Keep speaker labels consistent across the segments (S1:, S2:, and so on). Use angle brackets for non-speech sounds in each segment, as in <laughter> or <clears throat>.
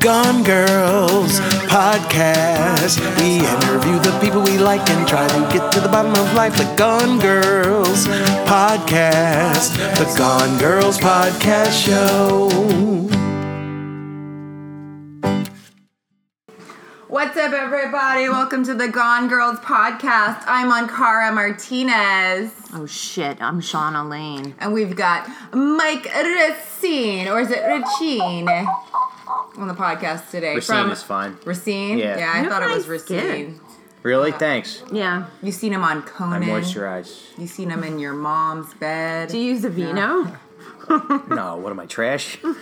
S1: Gone Girls podcast. We interview the people we like and try to get to the bottom of life. The Gone Girls podcast. The Gone Girls podcast show.
S2: What's up, everybody? Welcome to the Gone Girls podcast. I'm Ankara Martinez,
S3: Oh shit, I'm Shauna Lane.
S2: and we've got Mike Racine, or is it Racine, on the podcast today?
S4: Racine is fine.
S2: Racine?
S4: Yeah.
S2: Yeah, I
S3: You have
S2: thought it was
S3: nice
S2: Racine.
S3: skin.
S4: Really? Thanks.
S3: Yeah.
S2: You've seen him on
S4: I
S2: Conan.
S4: moisturize.
S2: You've seen him in your mom's bed.
S3: Do you use a vino?
S4: No, what am I trash? I,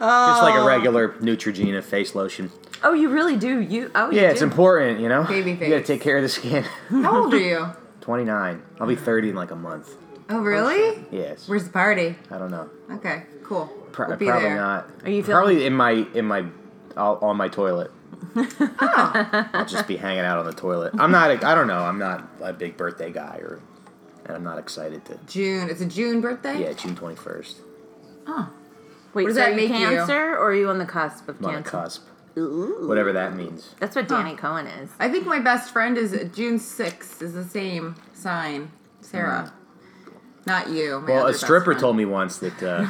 S4: uh, Just like a regular Neutrogena face lotion.
S3: Oh, you really do. You oh you
S4: Yeah, it's
S3: do?
S4: important, you know.
S2: Baby
S4: You gotta
S2: face.
S4: take care of the skin. <laughs>
S2: How old are you?
S4: Twenty nine. I'll be thirty in like a month.
S2: Oh, really?
S4: Yes.
S2: Where's the party?
S4: I don't know.
S2: Okay, cool.
S4: Pro-
S2: we'll be
S4: probably
S2: there. <laughs>
S4: not.
S3: Are you feeling-
S4: probably in my in my I'll, on my toilet. I'll just be hanging out on the toilet. I'm not. A, I don't know. I'm not a big birthday guy, or and I'm not excited to.
S2: June. It's a June birthday?
S4: Yeah, June twenty first.
S3: Wait,
S2: does
S3: so
S2: that
S3: are
S2: make
S3: you
S2: you?
S3: cancer or are you on the cusp of
S4: I'm on a
S3: cancer?
S4: cusp.
S3: Ooh.
S4: Whatever that means.
S3: That's what Danny Cohen is.
S2: I think my best friend is June 6th is the same sign, Sarah. Not you. my
S4: Hmm. Well,
S2: other
S4: a
S2: best
S4: stripper
S2: friend.
S4: told me once that uh,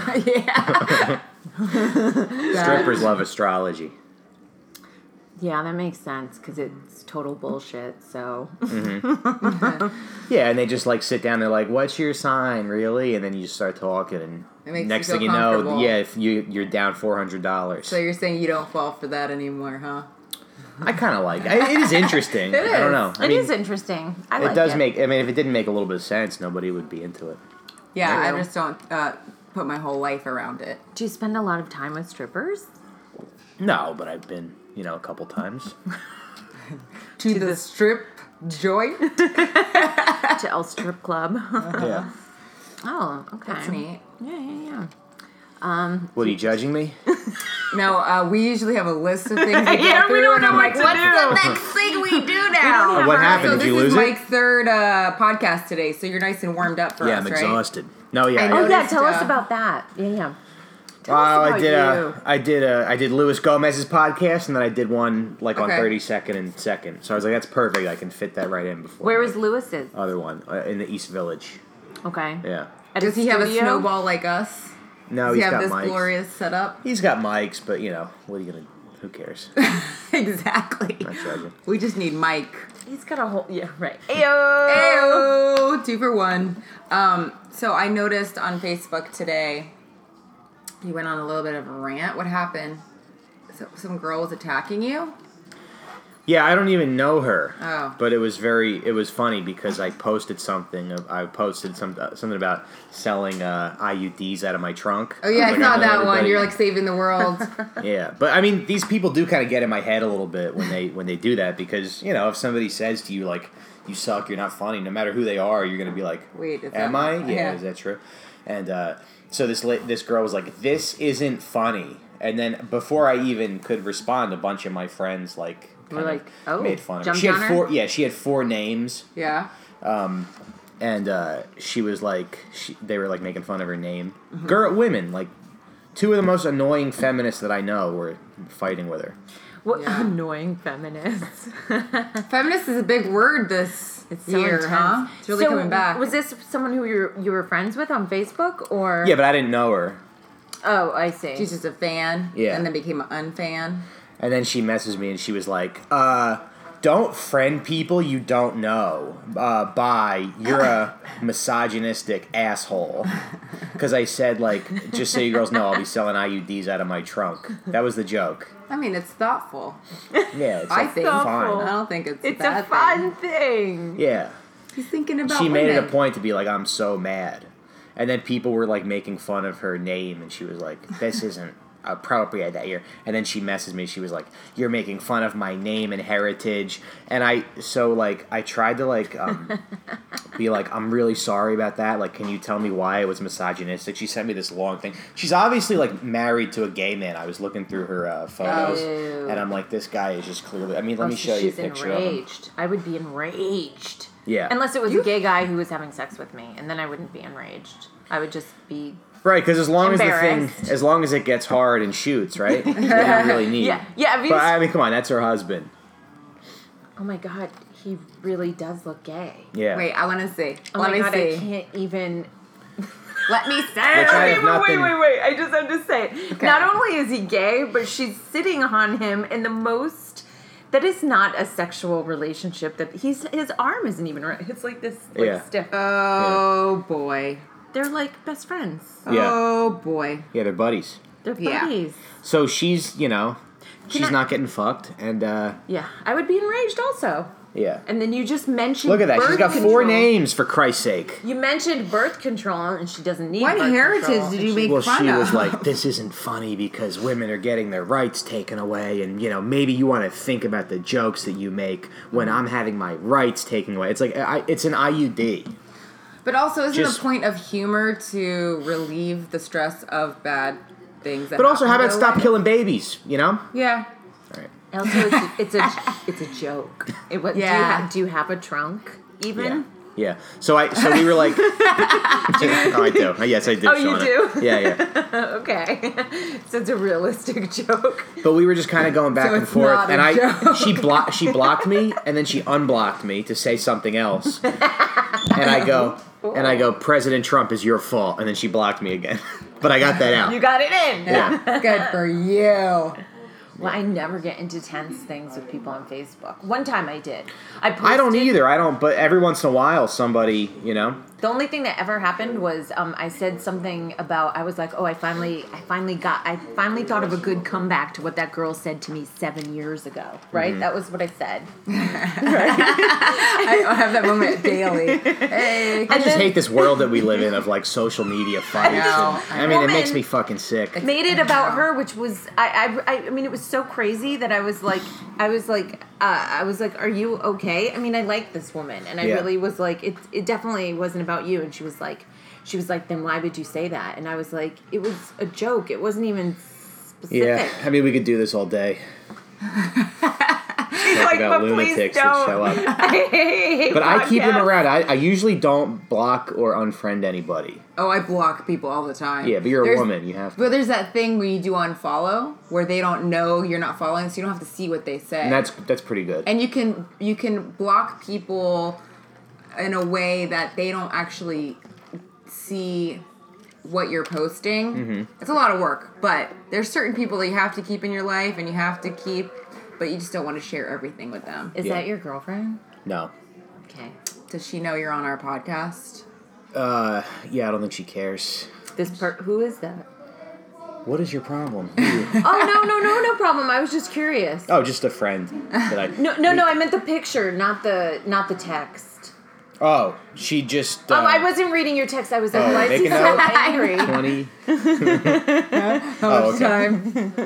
S2: <laughs> That-
S4: <laughs> strippers love astrology.
S3: Yeah, that makes sense because it's total bullshit. So
S4: Yeah, and they just like sit down. They're like, "What's your sign, really?" And then you just start talking, and
S2: It makes you
S4: next
S2: feel
S4: thing you know,
S2: comfortable.
S4: yeah, if you you're down four hundred dollars.
S2: So you're saying you don't fall for that anymore, huh?
S4: I kind of like it. It
S2: <laughs>
S4: is interesting. I
S2: is.
S4: don't know. Oh,
S3: <laughs>
S4: I
S3: it
S4: mean,
S3: is interesting. I
S4: It
S3: like
S4: does make. I mean, if it didn't make a little bit of sense, nobody would be into it.
S2: Yeah, I
S3: True.
S2: just don't uh, put my whole life around it.
S3: Do you spend a lot of time with <laughs> strippers?
S4: No, but I've been, you know, a
S2: <laughs>
S4: couple times.
S2: To, the, strip
S4: <laughs>
S2: joint.
S3: to El Strip Club.
S4: yeah.
S3: <laughs> oh, okay.
S2: That's neat.
S3: Yeah, yeah, yeah.
S4: What are you judging me?
S2: No, uh, we usually have a list of things. We go
S4: <laughs>
S3: Yeah, we
S2: through,
S3: don't
S2: and
S3: know
S2: I'm
S3: what
S2: like,
S3: to
S2: What's the
S3: do."
S2: next thing we do now?
S4: What happened?
S2: So
S4: Did
S2: this
S4: you
S2: is
S4: lose it?
S2: Mike's third uh, podcast today, so you're nice and warmed up for
S4: yeah,
S2: us,
S4: I'm
S2: right?
S4: exhausted. No, yeah.
S2: I
S4: I
S2: know
S3: Oh
S4: did-
S3: yeah,
S2: Noticed,
S3: tell us
S2: uh,
S3: about that. Yeah, yeah. Tell
S4: Well,
S3: us about
S4: I did.
S3: you.
S4: A, I did. A, I did Luis Gomez's podcast, and then I did one like on
S2: Okay.
S4: thirty second and second. So I was like, "That's perfect. I can fit that right in." Before
S3: Where
S4: my
S3: was Lewis's?
S4: other one uh, in the East Village?
S3: Okay.
S4: Yeah.
S3: At
S2: Does he have a
S3: studio?
S2: snowball like us?
S4: No,
S2: Does
S4: Oh, he's
S2: he have
S4: got
S2: this
S4: mics.
S2: glorious setup?
S4: He's got mics, but you know, what are you gonna? Who cares? <laughs>
S2: <laughs> exactly.
S4: Not judging.
S2: We just need Mike.
S3: He's got a whole yeah right.
S2: Ayo, Oh, two for one. Um, so I noticed on Facebook today, you went on a little bit of a rant. What happened? So, some girl was attacking you.
S4: Yeah, I don't even know her.
S2: Oh.
S4: But it was very, it was funny because I posted something. of- I posted some something about selling uh, IUDs out of my trunk.
S2: Oh yeah, I
S4: Like,
S2: saw
S4: know
S2: that one.
S4: everybody-
S2: You're like saving the
S4: <laughs>
S2: world.
S4: yeah. But I mean, these people do kind of get in my head a little bit when they when they do that because you know if somebody says to you like you suck, you're not funny, no matter who they are, you're gonna be like,
S2: Wait, is
S4: am
S2: that-
S4: I? Yeah,
S2: yeah.
S4: is that true? And uh, so this la- this girl was like, this isn't funny. And then before I even could respond, a bunch of my friends like
S3: Were
S4: kind of
S3: like, "Oh,
S4: made fun of her.
S3: jumped
S4: She
S3: on
S4: had
S3: her?
S4: four. Yeah, she had four names
S2: yeah.
S4: and uh, she was like, she, they were like making fun of her name. Girl, women, like two of the most annoying feminists that I know were fighting with her.
S3: What
S2: Yeah.
S3: <laughs> annoying feminists.
S2: Feminist is a big word this
S3: It's so
S2: year,
S3: intense.
S2: huh? It's really
S3: So,
S2: coming back.
S3: Was this someone who you were, you were friends with on Facebook or?
S4: Yeah, but I didn't know her.
S3: Oh, I see.
S2: She's just a fan.
S4: Yeah.
S2: And then became an unfan.
S4: And then she messaged me and she was like, uh, don't friend people you don't know. Uh, bye. You're a misogynistic asshole. Because I said, like, just so you girls know, I'll be selling IUDs out of my trunk. That was the joke.
S2: I mean, it's thoughtful.
S4: Yeah, it's
S2: I
S4: like,
S2: think- I
S4: fine.
S2: don't think it's.
S3: it's a
S2: bad Thing.
S3: fun thing.
S4: Yeah.
S2: He's thinking about.
S4: she made it a
S2: women.
S4: point to be like, "I'm so mad," and then people were like making fun of her name, and she was like,
S3: <laughs>
S4: "This isn't appropriate that year." And then she messaged me. She was like, "You're making fun of my name and heritage," and I so like I tried to like
S3: <laughs>
S4: um, be like, "I'm really sorry about that. Like, can you tell me why it was misogynistic?" She sent me this long thing. She's obviously like married to a gay man. I was looking through her uh, photos,
S3: Oh.
S4: and I'm like, "This guy is just clearly." I mean, let
S3: Oh,
S4: me
S3: so
S4: show you a
S3: she's
S4: picture of him.
S3: enraged. I would be enraged.
S4: Yeah.
S3: Unless it was a gay guy who was having sex with me, and then I wouldn't be enraged. I would just be
S4: Right, because as long as the thing,
S3: Embarrassed.
S4: as long as it gets hard and shoots, right? That's what you really need.
S3: Yeah, yeah. Have you
S4: But I mean, come on, that's her husband.
S3: oh my god, he really does look gay.
S4: Yeah.
S2: Wait, I want to see.
S3: Oh
S2: Let
S3: my
S2: me
S3: god, I
S2: see.
S3: can't even. <laughs>
S2: Let me
S4: Which I
S2: see.
S4: have not been-
S3: wait. I just have to say it.
S2: Okay.
S3: Not only is he gay, but she's sitting on him in the most. That is not a sexual relationship. That he's his arm isn't even. right. It's like this like,
S4: Yeah.
S3: stiff.
S2: Oh boy.
S3: They're like best friends.
S4: Yeah.
S2: Oh boy.
S4: Yeah, they're buddies.
S3: They're
S2: Yeah.
S3: buddies.
S4: So she's, you know, she's
S3: I-
S4: not getting fucked, and uh,
S3: Yeah. I would be enraged also.
S4: yeah.
S3: And then you just mentioned.
S4: Look at that. She's
S3: birth
S4: got four
S3: control.
S4: names for Christ's sake.
S3: You mentioned birth control, and she doesn't need.
S2: What
S3: birth
S2: heritage
S3: control,
S2: did
S3: and
S2: you
S3: she-
S2: make
S4: Well,
S2: fun
S4: she
S2: of?
S4: was like, "This isn't funny because women are getting their rights taken away, and you know maybe you want to think about the jokes that you make when I'm having my rights taken away." It's like I, it's an IUD.
S2: <laughs> But also, isn't
S4: Just-
S2: the point of humor to relieve the stress of bad things? That
S4: But also, how
S2: happen
S4: about
S2: to
S4: stop
S2: women?
S4: killing babies? You know?
S2: Yeah.
S4: All right.
S3: Also,
S2: <laughs>
S3: it's, it's a it's a joke. It was. Do, you
S2: Yeah.
S3: have, do you have a trunk? Even.
S4: Yeah. Yeah. So I so we were
S3: <laughs>
S4: like, oh, I do. Yes, I do.
S3: Oh, you
S4: Shauna.
S3: do?
S4: Yeah, yeah.
S3: Okay. <laughs> so it's a realistic <laughs> joke.
S4: But we were just kind of going back
S2: So
S4: and
S2: it's
S4: forth,
S2: not a
S4: and I
S2: joke.
S4: she blocked she blocked me, and then she unblocked me to say something else, and I go and I go, President Trump is your fault, and then she blocked me again. <laughs> But I got that
S3: You
S4: out.
S3: got it in.
S4: Yeah.
S2: Good for you.
S3: <laughs> Well, I never get into tense things with people on Facebook. One time I did. I posted,
S4: I don't either. I don't. But every once in a while, somebody, you know,
S3: The only thing that ever happened was um, I said something about I was like, oh, I finally, I finally got, I finally thought of a good comeback to what that girl said to me seven years ago. Right?
S4: Mm-hmm.
S3: That was what I said.
S2: I don't have that moment
S4: <laughs>
S2: daily. Hey.
S4: I just
S3: then-
S4: hate this world that we live in of like social media fights. and-
S2: know.
S4: I mean, it makes
S3: Woman-
S4: me fucking sick.
S3: made it about her, which was I, I, I- I mean, it was so crazy that I was like, I was like, uh, I was like, are you okay? I mean, I like this woman, and I
S4: Yeah.
S3: really was like, it, it definitely wasn't about you. And she was like, she was like, then why would you say that? And I was like, it was a joke. It wasn't even specific. <laughs>
S4: Yeah, I mean, we could do this all day. Talk
S3: like,
S4: about
S3: "But please
S4: lunatics that
S3: don't."
S4: show up.
S3: but
S4: But I keep them around. I, I usually don't block or unfriend anybody.
S2: Oh, I block people all the time.
S4: Yeah, but you're
S2: There's-
S4: a woman. You have to.
S2: But there's that thing where you do unfollow, where they don't know you're not following, so you don't have to see what they say.
S4: And that's that's pretty good.
S2: and you can you can block people in a way that they don't actually see what you're posting.
S4: Mm-hmm.
S2: It's a lot of work, but there's certain people that you have to keep in your life and you have to keep, but you just don't want to share everything with them.
S3: Is
S4: Yeah.
S3: that your girlfriend?
S4: no.
S3: Okay.
S2: Does she know you're on our podcast?
S4: Uh, yeah, I don't think she cares.
S3: This part. Who is that?
S4: What is your problem? Who are
S3: <laughs>
S4: you?
S3: Oh no no no no problem. I was just
S4: <laughs>
S3: curious.
S4: oh, just a friend that I.
S3: No no no. I meant the picture, not the not the text.
S4: Oh, she just. Uh,
S3: Oh,
S2: Um,
S3: I wasn't reading your text. I was like,
S4: Oh,
S3: why is he
S4: make a
S3: so
S4: note.
S3: <laughs> angry?
S2: <laughs>
S4: Twenty. <laughs>
S2: How
S4: Oh,
S2: much
S4: okay.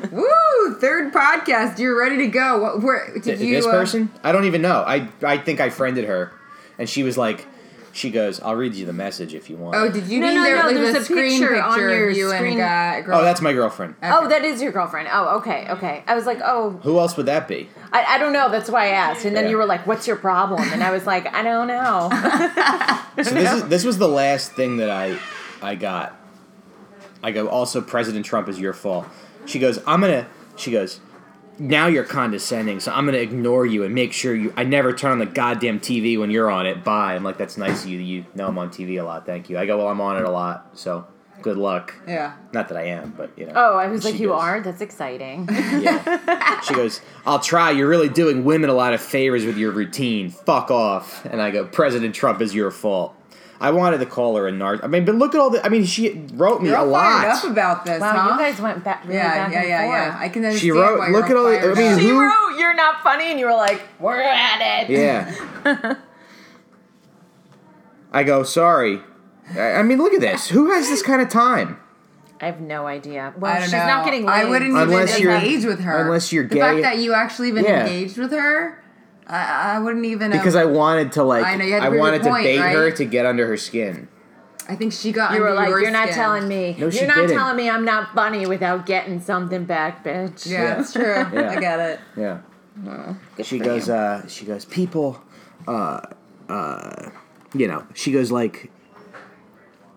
S2: time? <laughs> Woo! Third podcast. You're ready to go. What? Where did
S4: Th-
S2: you?
S4: this
S2: uh,
S4: person? I don't even know. I I think I friended her, and she was like, she goes, "I'll read you the message if you want."
S2: oh, did you
S3: No,
S2: need
S3: no,
S2: their,
S3: no,
S2: like,
S3: there's
S2: the
S3: a
S2: screen
S3: picture
S2: picture
S3: on your
S2: of you
S3: screen.
S2: and a guy? a girl?
S4: Oh, that's my girlfriend.
S2: Uh,
S3: Oh, that is your girlfriend. Oh, okay, okay. I was like, oh,
S4: Who else would that be?
S3: I, I don't know. That's why I asked. And then
S4: Yeah.
S3: you were like, what's your problem? And I was like, I don't
S2: <laughs>
S3: know.
S4: So this is this was the last thing that I I got. I go. Also, President Trump is your fault. She goes. I'm gonna. She goes. Now you're condescending, so I'm gonna ignore you and make sure you. I never turn on the goddamn TV when you're on it. Bye. I'm like, that's nice of you. You know I'm on TV a lot. Thank you. I go. Well, I'm on it a lot. So good luck.
S2: yeah.
S4: Not that I am, but you know.
S3: Oh, I was
S4: She
S3: like, you
S4: goes-
S3: are? That's exciting.
S4: Yeah. she goes. I'll try. You're really doing women a lot of favors with your routine. Fuck off. And I go. President Trump is your fault. I wanted to call her a narc. I mean, but look at all the. I mean, she wrote me
S2: You're
S4: a
S2: all fired up
S4: lot.
S2: about this,
S3: Wow,
S2: huh?
S3: you guys went back really
S2: yeah,
S3: back
S2: yeah,
S3: and
S2: yeah, yeah.
S3: forth.
S2: I can understand.
S4: wrote-
S2: Why
S4: look
S2: you're
S4: at all the- I
S2: fired
S4: mean,
S2: up.
S3: She
S4: Who-
S3: wrote, you're not funny, and you were like, we're at it.
S4: Yeah. I go. Sorry. I, I mean, look at this. Who has this kind of time?
S3: I have no idea. Well,
S2: I don't
S3: she's
S2: know.
S3: not getting laid.
S2: I wouldn't
S4: Unless
S2: even
S4: you're-
S2: engage with her.
S4: unless you're
S2: the
S4: gay.
S2: fact that you actually even
S4: Yeah.
S2: engaged with her, I, I wouldn't even. um,
S4: Because I wanted to like.
S2: I know, you had to
S4: I
S2: prove your
S4: wanted to
S2: point,
S4: bait her
S2: right?
S4: to get under her skin.
S2: I think she got.
S3: You were
S2: under
S3: like,
S2: your
S3: you're not
S2: skin."
S3: telling me.
S4: No, she
S3: you're not
S4: didn't.
S3: telling me I'm not funny without getting something back, bitch.
S2: Yeah, it's true.
S4: <laughs> Yeah.
S2: I get it.
S4: Yeah.
S3: Good
S4: she
S3: for
S4: goes
S3: you.
S4: uh she goes people uh uh you know she goes like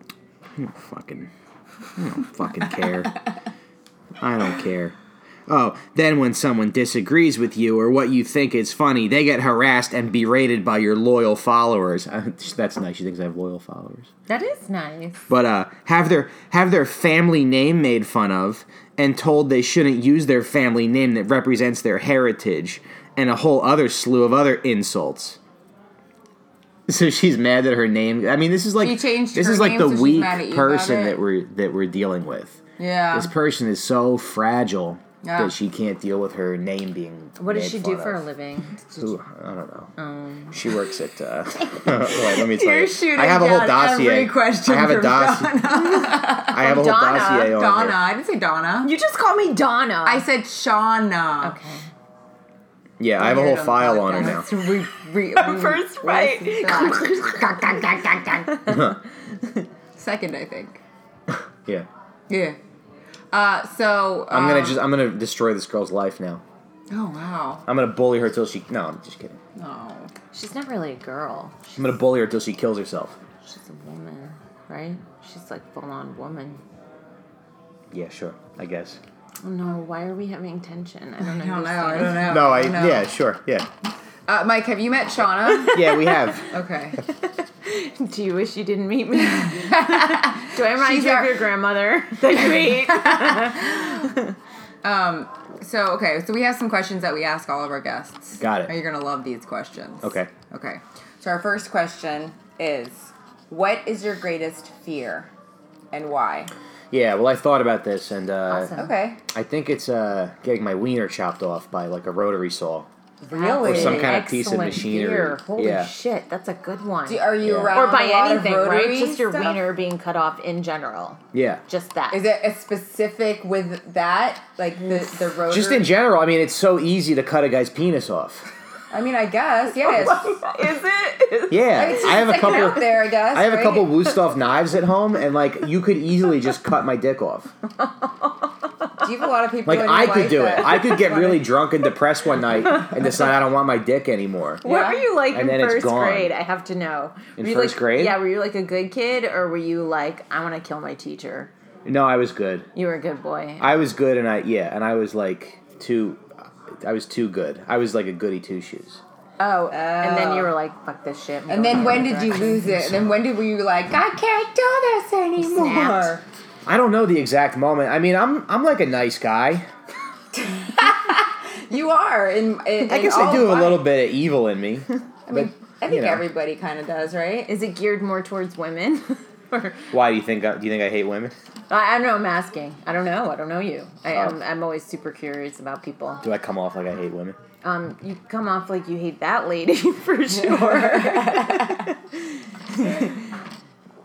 S4: I don't fucking I don't fucking care. I don't care. Oh, then when someone disagrees with you or what you think is funny, they get harassed and berated by your loyal followers. <laughs> That's nice. She thinks I have loyal followers
S3: That is nice.
S4: but uh, have their have their family name made fun of and told they shouldn't use their family name that represents their heritage and a whole other slew of other insults. So she's mad that her name. I mean, this is like
S2: She changed
S4: this
S2: her
S4: is like
S2: name,
S4: the
S2: so she's
S4: weak
S2: mad at you about
S4: person
S2: it?
S4: that we're that we're dealing with.
S2: Yeah.
S4: This person is so fragile
S2: Yeah.
S4: that she can't deal with her name being.
S3: What does
S4: made
S3: she do
S4: fun
S3: for
S4: of.
S3: a living?
S4: Ooh, I don't know. she works at. Uh, <laughs> wait, let me tell you.
S2: You're shooting
S4: I have a whole
S2: down
S4: dossier.
S2: every question
S4: I have a
S2: from
S4: dossier. <laughs> I have a whole
S3: Donna.
S4: dossier on
S2: Donna.
S4: here.
S2: I didn't say Donna.
S3: You just call me Donna.
S2: I said Shauna.
S3: okay.
S4: Yeah, I have a whole file on her now.
S2: Re,
S3: <laughs>
S2: re, re-
S3: First right.
S2: <laughs> Second, I think.
S4: Yeah,
S2: Yeah. Uh, so.
S4: I'm
S2: um,
S4: gonna just I'm gonna destroy this girl's life now.
S2: Oh, wow.
S4: I'm gonna bully her till she. No, I'm just kidding.
S2: Oh.
S3: She's not really a girl.
S4: I'm gonna bully her till she kills herself.
S3: She's a woman, right? She's like full on woman.
S4: Yeah, sure. I guess.
S3: Oh no, why are we having tension? I don't,
S2: I don't know. I don't know.
S4: No, I.
S2: don't know.
S4: Yeah, sure. Yeah,
S2: Uh, Mike, have you met
S3: <laughs>
S2: Shauna?
S4: yeah. We have. <laughs>
S2: okay.
S3: know. <laughs> Do you wish you didn't meet
S2: <laughs>
S3: me? Do I remind
S2: She's
S3: you
S2: our-
S3: of your
S2: <laughs>
S3: grandmother that you ate?
S2: So, okay. So, we have some questions that we ask all of our guests.
S4: Got it.
S2: Are you going to love these questions?
S4: Okay.
S2: Okay. So, our first question is What is your greatest fear and why?
S4: Yeah. Well, I thought about this, and uh,
S3: Awesome.
S2: Okay.
S4: I think it's uh, getting my wiener chopped off by like a rotary saw.
S3: <laughs> Really?
S4: Or some kind of piece of
S3: Excellent
S4: machinery.
S3: beer. Holy
S4: Yeah.
S3: shit, that's a good one.
S2: Do- Are you
S4: Yeah.
S2: around
S3: or by
S2: a lot
S3: anything,
S2: of
S3: right?
S2: rotary
S3: Just your
S2: stuff?
S3: wiener being cut off in general.
S4: Yeah.
S3: Just that. <laughs>
S2: Is it a specific with that, like the the rotary?
S4: Mm. Just in general, I mean, it's so easy to cut a guy's penis off.
S2: <laughs> I mean, I guess yes.
S3: Is <laughs> it?
S4: Yeah,
S2: It's
S4: Oh, I have a
S2: sticking <laughs>
S4: couple.
S2: out there. I guess
S4: I have a
S2: right? <laughs>
S4: couple Wusthof knives at home, and like you could easily just cut my
S2: <laughs>
S4: dick off.
S2: Do you have a lot of people?
S4: Like
S2: in your
S4: I could
S2: life
S4: do it.
S2: that-
S4: I could get really drunk and depressed
S2: <laughs>
S4: one night and decide I don't want my dick anymore.
S3: What
S2: Yeah.
S3: were you like
S4: And
S3: in
S4: then it's
S3: first
S4: gone.
S3: grade? I have to know.
S4: In
S3: Were you
S4: first
S3: like-
S4: grade?
S3: Yeah, were you like a good kid or were you like, I want to kill my teacher?
S4: No, I was good.
S3: You were a good boy.
S4: I was good, and I yeah, and I was like too. I was too good. I was like a goody two shoes.
S3: oh, and then you were like, fuck this shit. I'm
S2: And
S3: going
S2: then
S3: in
S2: when
S3: the
S2: did you
S3: direction.
S2: lose it? And then when did were you like, I can't do this anymore?
S3: snapped.
S4: I don't know the exact moment. I mean, I'm I'm like a nice guy.
S2: You are. In, in
S4: <laughs> I
S2: in
S4: guess I
S2: all
S4: do have
S2: life.
S4: a little bit of evil in
S2: <laughs>
S4: me.
S2: I mean, I think
S4: know.
S2: everybody kind of does, right?
S3: Is it geared more towards women? <laughs> or,
S4: Why do you think? I, do you think I hate women?
S3: I, I don't know, I'm asking. I don't know. I don't know you. I,
S4: Oh.
S3: I'm, I'm always super curious about people.
S4: Do I come off like I hate women?
S3: Um, you come off like you hate that lady <laughs> for sure.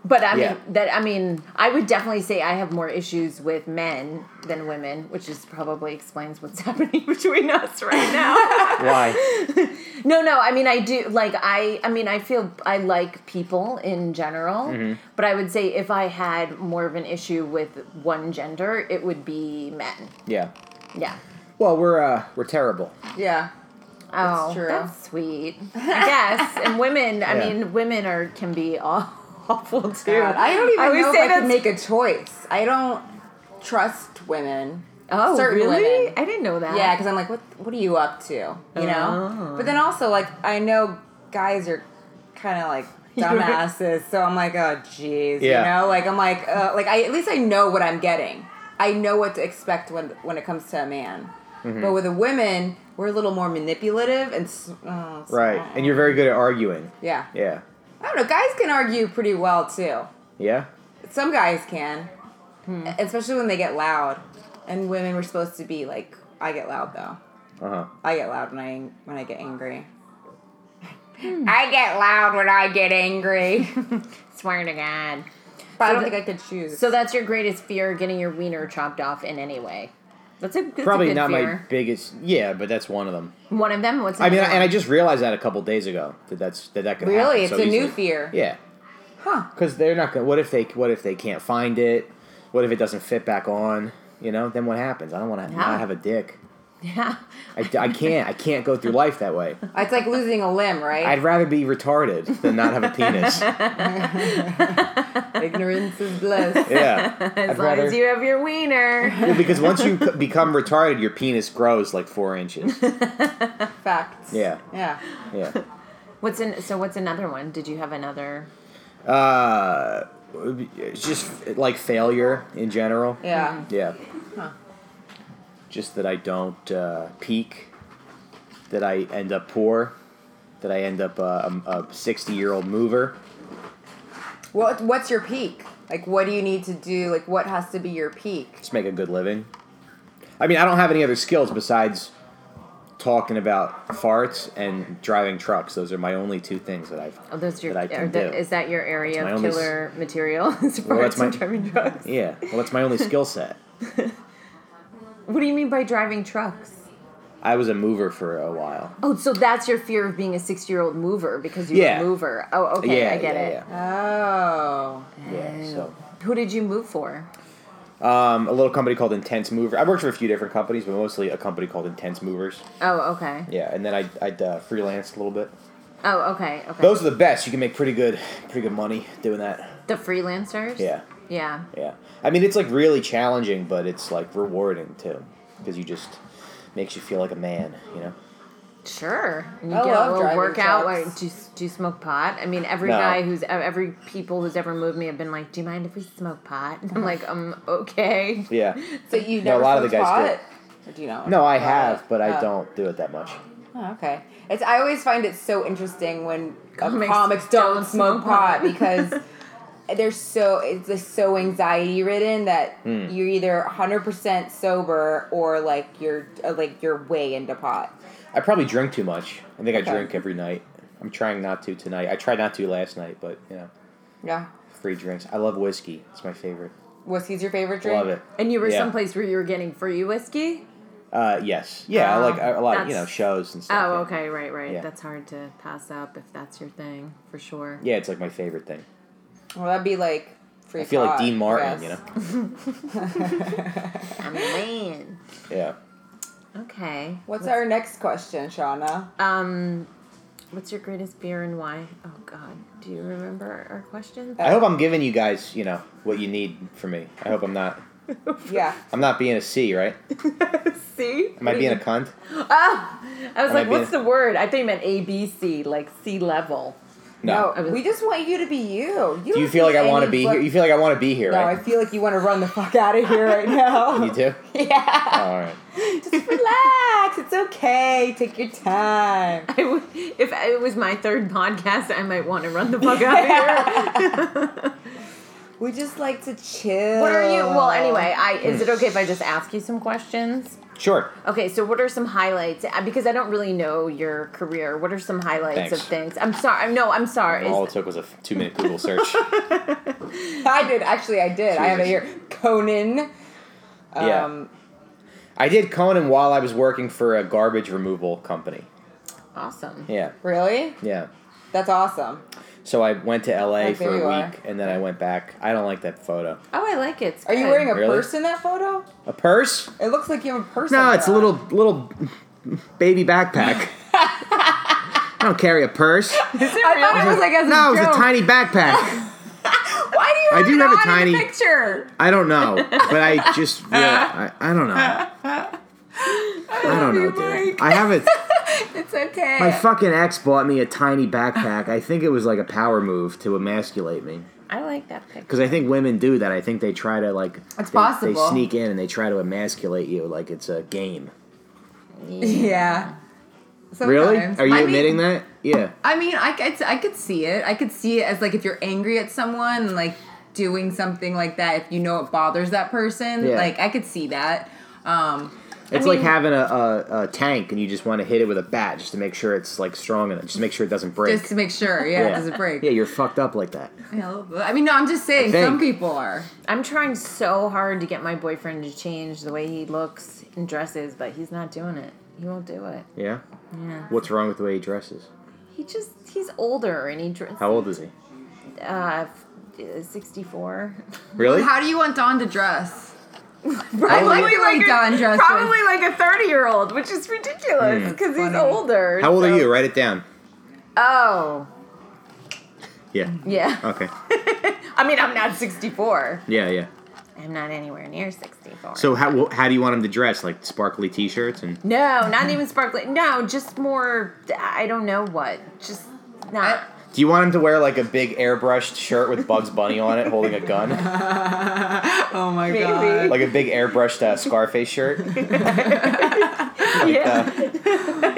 S3: but I mean
S4: Yeah.
S3: that I mean I would definitely say I have more issues with men than women, which is probably explains what's <laughs> happening between us right now.
S4: Why?
S3: no, no, I mean I do like I I mean I feel I like people in general, but I would say if I had more of an issue with one gender, it would be men.
S4: Yeah.
S3: Yeah.
S4: Well, we're uh, we're terrible.
S2: Yeah.
S3: Oh,
S2: true.
S3: that's sweet. I
S2: <laughs>
S3: guess. And women, I
S4: Yeah.
S3: mean, women are can be aw- <laughs> awful too.
S2: God, I don't even
S3: would
S2: know if
S3: say
S2: I
S3: that's-
S2: can make a choice. I don't trust women.
S3: Oh,
S2: certain
S3: really?
S2: women.
S3: I didn't know that.
S2: Yeah, because I'm like, what what are you up to? You know.
S3: Oh.
S2: But then also, like, I know guys are kind of like dumbasses, so I'm like, oh jeez,
S4: Yeah.
S2: you know, like I'm like, uh, like I at least I know what I'm getting. I know what to expect when when it comes to a man. But with a woman, we're a little more manipulative and s- uh, s-
S4: Right. And you're very good at arguing.
S2: yeah.
S4: Yeah.
S2: I don't know. Guys can argue pretty well too.
S4: Yeah?
S2: Some guys can,
S3: Hmm.
S2: especially when they get loud. And women were supposed to be like, I get loud though.
S4: Uh huh.
S2: I get loud when I when I get angry.
S3: Hmm.
S2: I get loud when I get
S3: <laughs>
S2: angry.
S3: Swear to God.
S2: But I
S3: So
S2: don't
S3: the-
S2: think I could choose.
S3: So that's your greatest fear, getting your wiener chopped off in any way. That's a that's a
S4: Probably
S3: good
S4: not my
S3: fear.
S4: biggest. Yeah, but that's one of them.
S3: One of them. What's
S4: I mean,
S3: another
S4: and I
S3: one?
S4: just realized that a couple days ago that that's that that could happen
S2: really, it's
S4: so
S2: a new
S4: easily.
S2: fear.
S4: Yeah.
S2: Huh.
S4: Because they're not gonna. What if they? What if they can't find it? What if it doesn't fit back on? You know, then what happens? I don't want to
S3: Yeah.
S4: not have a dick.
S3: <laughs> Yeah.
S4: I, I can't. I can't go through life that way.
S2: It's like losing a limb, right?
S4: I'd rather be retarded than not have a penis.
S2: Ignorance is
S4: <laughs>
S2: bliss.
S4: Yeah.
S3: As
S4: I'd
S3: long
S4: rather,
S3: as you have your wiener.
S2: <laughs>
S4: Well, because once you c- become retarded, your penis grows like four
S3: <laughs>
S4: inches.
S2: Facts.
S4: Yeah.
S2: Yeah.
S4: Yeah.
S3: what's in? So what's another one? Did you have another?
S4: Uh, it's just like failure in general.
S3: Hmm.
S2: Yeah.
S4: Yeah. Just that I don't uh, peak, that I end up poor, that I end up uh, a 60 year old mover.
S2: What What's your peak? Like, what do you need to do? Like, what has to be your peak?
S4: Just make a good living. I mean, I don't have any other skills besides talking about farts and driving trucks. Those are my only two things that I've.
S3: Oh, those are your.
S4: That I can
S3: are the-
S4: do.
S3: Is that your area
S4: That's
S3: of
S4: my only
S3: killer material? <laughs> as far
S4: Well, that's
S3: as my...
S4: my-
S3: driving
S4: <laughs>
S3: trucks.
S4: Yeah. Well, that's my
S3: <laughs>
S4: only skill set.
S3: What do you mean by driving trucks?
S4: I was a mover for a while.
S3: Oh, so that's your fear of being a six-year-old mover because you're
S4: Yeah.
S3: a mover. Oh, okay,
S4: yeah,
S3: I get
S4: yeah,
S3: it.
S2: Oh.
S4: yeah, yeah. So.
S3: Who did you move for?
S4: Um, a little company called Intense Mover. I worked for a few different companies, but mostly a company called Intense Movers.
S3: Oh, okay.
S4: Yeah, and then I I uh, freelanced a little bit.
S3: Oh, okay, okay.
S4: Those are the best. You can make pretty good pretty good money doing that.
S3: the freelancers.
S4: Yeah,
S3: Yeah.
S4: yeah. I mean, it's like really challenging, but it's like rewarding too, because you just makes you feel like a man. You know.
S3: Sure. And you
S2: I
S3: get
S2: love
S3: a little
S2: driving
S3: workout.
S2: trucks.
S3: Like, do, you, do you smoke pot? I mean, every
S4: No.
S3: guy who's e, every people who's ever moved me have been like, "Do you mind if we smoke pot?" And I'm like, "Um, okay." <laughs>
S4: Yeah.
S2: So you
S4: No, a
S2: never
S4: lot of the
S2: smoked
S4: guys do.
S2: pot? Or do you not?
S4: No, I
S2: Not
S4: have,
S2: it.
S4: but I
S2: Oh.
S4: don't do it that much.
S2: Oh, okay. It's I always find it so interesting when comics,
S3: Comics
S2: comics don't,
S3: don't
S2: smoke
S3: smoke
S2: pot
S3: <laughs> pot.
S2: because they're so it's just so anxiety ridden that
S4: Hmm.
S2: you're either 100% sober or like you're uh, like you're way into pot.
S4: I probably drink too much. I think
S2: Okay.
S4: I drink every night. I'm trying not to tonight. I tried not to last night, but you know,
S2: Yeah.
S4: free drinks. I love whiskey. It's my favorite.
S2: Whiskey's your favorite drink?
S4: Love it.
S3: And you were
S4: Yeah.
S3: someplace where you were getting free whiskey.
S4: Uh, yes. Yeah, I
S3: Oh,
S4: like a a lot of you know
S3: that's-
S4: shows and stuff.
S3: Oh,
S4: yeah.
S3: okay, right, right.
S4: Yeah.
S3: That's hard to pass up if that's your thing, for sure.
S4: Yeah, it's like my favorite thing.
S2: Well, that'd be like free
S4: I feel like
S2: pot,
S4: Dean
S2: I
S4: Martin, you
S2: guess.
S4: know.
S3: I'm a man.
S4: Yeah.
S3: Okay.
S2: What's our next question, Shauna?
S3: Um, what's your greatest beer and why? Oh God, do you remember our questions?
S4: I hope I'm giving you guys, you know, what you need from me. I hope I'm not.
S2: yeah.
S4: I'm not being a C, right?
S3: <laughs> See,
S4: Am I being
S3: <laughs>
S4: a cunt?
S3: Ah, I was
S4: Am I
S3: like,
S4: being-
S3: what's the word? I thought you meant A B C, like C level. <laughs>
S4: No.
S2: No, we just want you to be you.
S4: Do you feel like I want to be here? You feel like I want to be here,
S2: No, I
S4: right?
S2: feel like you want to run the fuck out of here
S4: <laughs>
S2: right now.
S4: You do.
S2: Yeah.
S4: All right.
S2: Just relax. It's okay. Take your time.
S3: I would, if it was my third podcast, I might want to run the fuck out
S4: <laughs>
S3: of here.
S2: We just like to chill.
S3: what are you? Well, anyway, I is
S4: Hmm.
S3: it okay if I just ask you some questions?
S4: Sure.
S3: Okay, so what are some highlights? Uh, Because I don't really know your career. What are some highlights of
S4: Thanks.
S3: things? I'm sorry. No, I'm sorry. Is-
S4: All it took was a two-minute Google search.
S2: I did actually. I did. I have it
S4: Jesus.
S2: here. Conan.
S4: yeah.
S2: Um,
S4: I did Conan while I was working for a garbage removal company.
S3: awesome.
S4: Yeah.
S2: Really?
S4: Yeah.
S2: That's awesome.
S4: So I went to LA
S2: Oh,
S4: for
S2: there
S4: a
S2: you are.
S4: week, and then I went back. I don't like that photo.
S3: Oh, I like it. It's
S2: Are you
S3: good.
S2: wearing a
S4: Really?
S2: purse in that photo?
S4: A purse?
S2: It looks like you have a purse.
S4: No,
S2: under
S4: it's a
S2: that.
S4: little little
S2: <laughs>
S4: baby backpack. I don't carry a purse.
S2: I thought it was like as a
S4: no, it's
S2: joke.
S4: a tiny backpack.
S2: <laughs> Why do you?
S4: I
S2: have
S4: do
S2: it
S4: have a
S2: on in the
S4: tiny-
S2: picture.
S4: I don't know, but I
S2: <laughs>
S4: just really, I, I don't know. I don't know, dude. I have it.
S2: <laughs> It's okay.
S4: My fucking ex bought me a tiny backpack. I think it was like a power move to emasculate me.
S3: I like that picture.
S4: Because I think women do that. I think they try to like.
S2: It's
S4: they-
S2: possible.
S4: They sneak in and they try to emasculate you like it's a game.
S2: <laughs> yeah.
S4: Really?
S2: Sometimes.
S4: Are you
S2: I mean-
S4: admitting that? Yeah.
S2: I mean, I, could- I could see it. I could see it as like if you're angry at someone, like doing something like that, if you know it bothers that person,
S4: Yeah.
S2: like I could see that. Um,
S4: It's
S3: I
S4: like
S3: mean-
S4: having a, a, a tank and you just want to hit it with a bat just to make sure it's like strong enough, just to make sure it doesn't break.
S2: just to make sure, yeah, it doesn't break.
S4: Yeah, you're fucked up like that.
S2: You know, I mean, no, I'm just saying,
S4: think.
S2: some people are.
S3: I'm trying so hard to get my boyfriend to change the way he looks and dresses, but he's not doing it. He won't do it.
S4: Yeah.
S3: Yeah.
S4: What's wrong with the way he dresses?
S3: He just he's older and he dresses.
S4: How old is he?
S3: Uh, f- uh, 64.
S4: Really?
S3: <laughs>
S2: How do you want Dawn to dress? I like like Don Dresser.
S3: Probably like a 30 year old, which is ridiculous because he's
S2: Funny.
S3: older.
S4: Hmm. How old
S3: so-
S4: are you? Write it down.
S3: Oh,
S4: Yeah.
S3: yeah.
S4: Okay.
S3: <laughs> I mean, I'm not 64.
S4: Yeah, yeah.
S3: I'm not anywhere near 64.
S4: So how wh- how do you want him to dress? Like sparkly t-shirts and
S3: no, not even sparkly. No, just more. I don't know what. Just not.
S4: Do you want him to wear like a big airbrushed shirt with Bugs Bunny on it, holding a gun,
S2: Oh my
S3: Maybe.
S2: god.
S4: like a big airbrushed uh, Scarface shirt? uh,
S3: yeah.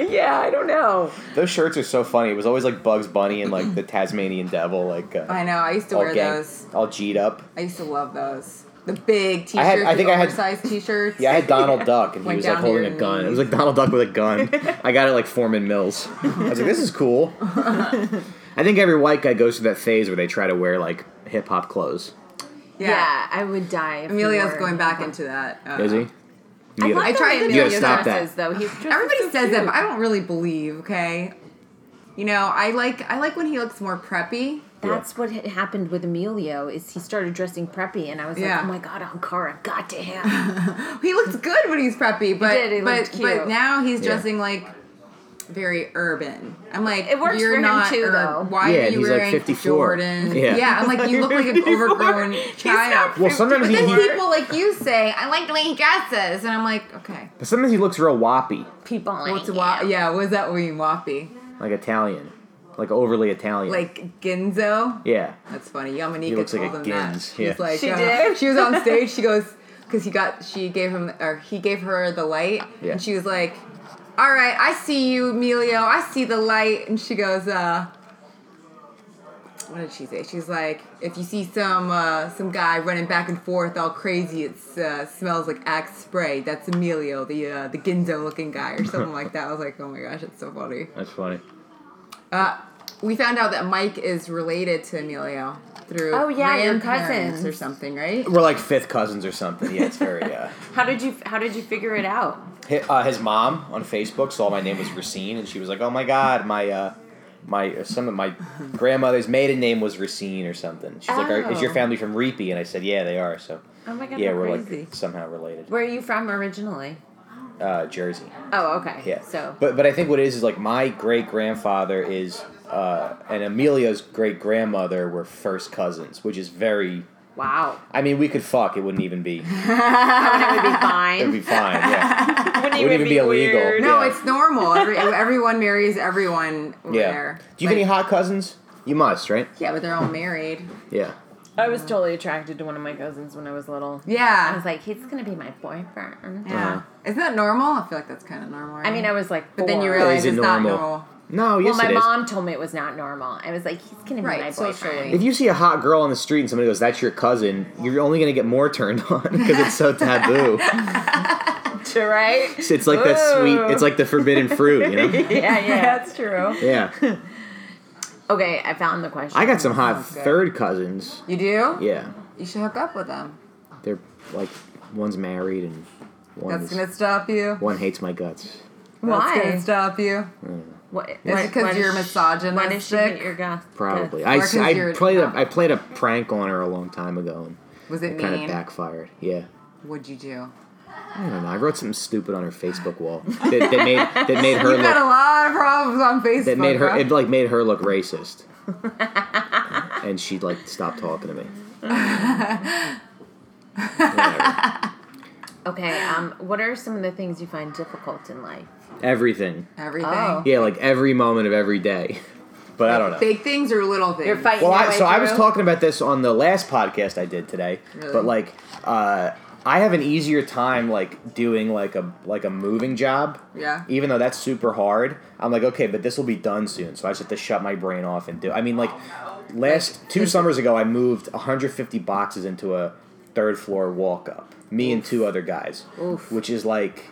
S3: <laughs> yeah, I don't know.
S4: Those shirts are so funny. It was always like Bugs Bunny and like the Tasmanian Devil, like uh,
S2: I know. I used to
S4: all
S2: wear
S4: gang-
S2: those.
S4: all G'd up.
S2: I used to love those. The big t-shirts,
S4: I had- I think
S2: the
S4: I had-
S2: oversized t-shirts.
S4: Yeah, I had Donald Duck, and he
S2: Went
S4: was like
S2: down to your
S4: holding a gun. It
S2: knees.
S4: was like Donald Duck with a gun. I got it like Foreman Mills. I was like, this is cool. I think every white guy goes through that phase where they try to wear like hip hop clothes.
S3: Yeah, I would die. If
S2: Emilio's
S3: he were-
S2: going back into that. Uh,
S4: Is he?
S3: I, love
S4: You gotta-
S3: the
S2: try
S3: way
S2: and
S3: that
S2: you
S3: he
S4: gotta stop
S3: dresses, Though he dresses
S2: Everybody
S3: so
S2: says that,
S3: cute.
S2: but I don't really believe. Okay, you know, I like I like when he looks more preppy.
S3: That's what had happened with Emilio is he started dressing preppy, and I was
S2: Yeah.
S3: like, oh my god, Ankara, god <laughs> damn.
S2: He looks good when he's preppy, but
S3: did, he
S2: but
S3: looked cute.
S2: but now he's
S4: Yeah.
S2: dressing like very urban. I'm like,
S3: It works
S2: you're
S3: for him
S2: not
S3: too,
S2: ur-
S3: though.
S2: Why
S4: Yeah,
S2: are
S4: and
S2: you
S4: he's like
S2: wearing
S4: 54.
S2: Jordan?
S4: <laughs> Yeah.
S2: I'm like, you look like
S3: <laughs>
S2: an overgrown child.
S4: Well, sometimes
S2: but
S4: he,
S2: then
S4: he
S2: people like you say, I like the way he dresses, and I'm like, okay,
S4: sometimes he looks real whoppy,
S3: People
S2: what's
S3: ain't
S2: wa-
S3: him.
S2: yeah, what does that mean, wappy?
S4: like Italian, like overly Italian.
S2: Like Ginzo?
S4: yeah,
S2: That's funny. Yamanika
S4: He looks like
S2: told
S4: a
S2: him that.
S4: Gins,
S2: She was
S4: yeah.
S2: like,
S3: She
S2: uh,
S3: did?
S2: She was
S3: <laughs>
S2: on stage. She goes, because he got, she gave him, or he gave her the light,
S4: Yeah.
S2: and she was like, "All right, I see you, Emilio. I see the light." And she goes, uh, "What did she say?" She's like, "If you see some uh, some guy running back and forth all crazy, it uh, smells like Axe spray. That's Emilio, the uh, the Ginzo looking guy, or something like that." I was like, "Oh my gosh, that's so funny."
S4: that's funny.
S2: We found out that Mike is related to Emilio through
S3: Oh, yeah, your
S2: grandparents
S3: cousins.
S2: or something, right?
S4: We're like fifth cousins or something. Yeah, it's very. Uh,
S3: How did you How did you figure it out?
S4: hi- uh, his mom on Facebook saw my name was Racine, and she was like, "Oh my God, my uh, my uh, some of my grandmother's maiden name was Racine or something." She's like, Are, "Is your
S3: Oh.
S4: family from Reapy?" And I said, "Yeah, they are." So
S3: Oh my god,
S4: yeah,
S3: how
S4: we're
S3: crazy.
S4: like somehow related.
S3: Where are you from originally?
S4: Uh, Jersey.
S3: Oh, okay.
S4: Yeah.
S3: So
S4: but but I think what it is is like my great grandfather is uh, and Amelia's great grandmother were first cousins, which is very.
S3: wow,
S4: I mean, we could fuck. It wouldn't
S3: <laughs>
S4: even be.
S3: that would be <laughs>
S4: It would
S3: fine.
S4: be fine.
S3: <laughs>
S4: Yeah.
S3: wouldn't
S4: even be illegal.
S3: weird.
S2: No,
S4: Yeah.
S2: it's normal. Every, <laughs> everyone marries everyone over
S4: Yeah.
S2: there.
S4: Do you have any
S2: Like-
S4: hot cousins? You must, right?
S2: Yeah, but they're all married.
S4: Yeah.
S3: I was totally attracted to one of my cousins when I was little. I
S2: Yeah.
S3: was like, he's gonna be my boyfriend.
S2: yeah.
S4: Uh-huh.
S2: Isn't that normal? I feel like that's kind of normal.
S3: I mean, I was like,
S2: But then you
S3: four.
S2: realize
S4: it
S2: it's
S4: normal?
S2: not normal.
S4: No, yes,
S3: Well, my
S4: it is.
S3: mom told me it was not normal. I was like, he's gonna be
S2: Right,
S3: my
S2: socially.
S3: boyfriend.
S4: If you see a hot girl on the street and somebody goes, "That's your cousin," you're only gonna get more turned <laughs> on because it's so taboo.
S2: <laughs>
S3: right?
S4: <laughs> it's like that sweet. It's like the forbidden fruit.
S2: <laughs>
S4: You know?
S3: yeah, <laughs> yeah.
S2: true.
S4: Yeah.
S3: okay, I found the question.
S4: I got some hot
S2: good.
S4: third cousins.
S2: You do?
S4: Yeah.
S2: You should hook up with them.
S4: They're like one's married and one
S2: That's
S4: is-
S2: gonna stop you.
S4: one hates my guts.
S2: That's
S3: why?
S2: gonna stop you.
S3: What?
S4: Why-
S2: Because
S3: why does
S2: you're
S3: she-
S2: misogynistic.
S3: Why does she hate your goth?
S4: Probably.
S3: guts?
S4: I,
S2: Or 'cause
S4: I
S2: you're-
S4: played a I played a prank on her a long time ago and
S2: Was it
S4: it kind of
S2: mean?
S4: backfired. Yeah.
S2: What'd you do?
S4: I don't know. I wrote something stupid on her
S2: <laughs>
S4: Facebook wall that, that made that made her
S2: You've got a
S4: look
S2: lot of problems on Facebook.
S4: that made her
S2: huh?
S4: it like made her look racist. <laughs> and she like stopped talking to me. Whatever.
S3: Okay. Um. What are some of the things you find difficult in life?
S4: Everything.
S2: Everything.
S3: Oh.
S4: Yeah, like every moment of every day. <laughs> But I don't know.
S2: Big things or little things?
S3: You're fighting.
S4: Well,
S3: your
S4: I,
S3: way
S4: so I was
S3: through?
S4: talking about this on the last podcast I did today,
S2: Really?
S4: but like, uh, I have an easier time like doing like a like a moving job.
S2: Yeah.
S4: Even though that's super hard, I'm like, okay, but this will be done soon, so I just have to shut my brain off and do. I mean, like, last two summers ago, I moved 150 boxes into a third floor walk up. Me and two other guys,
S3: Oof.
S4: which is like,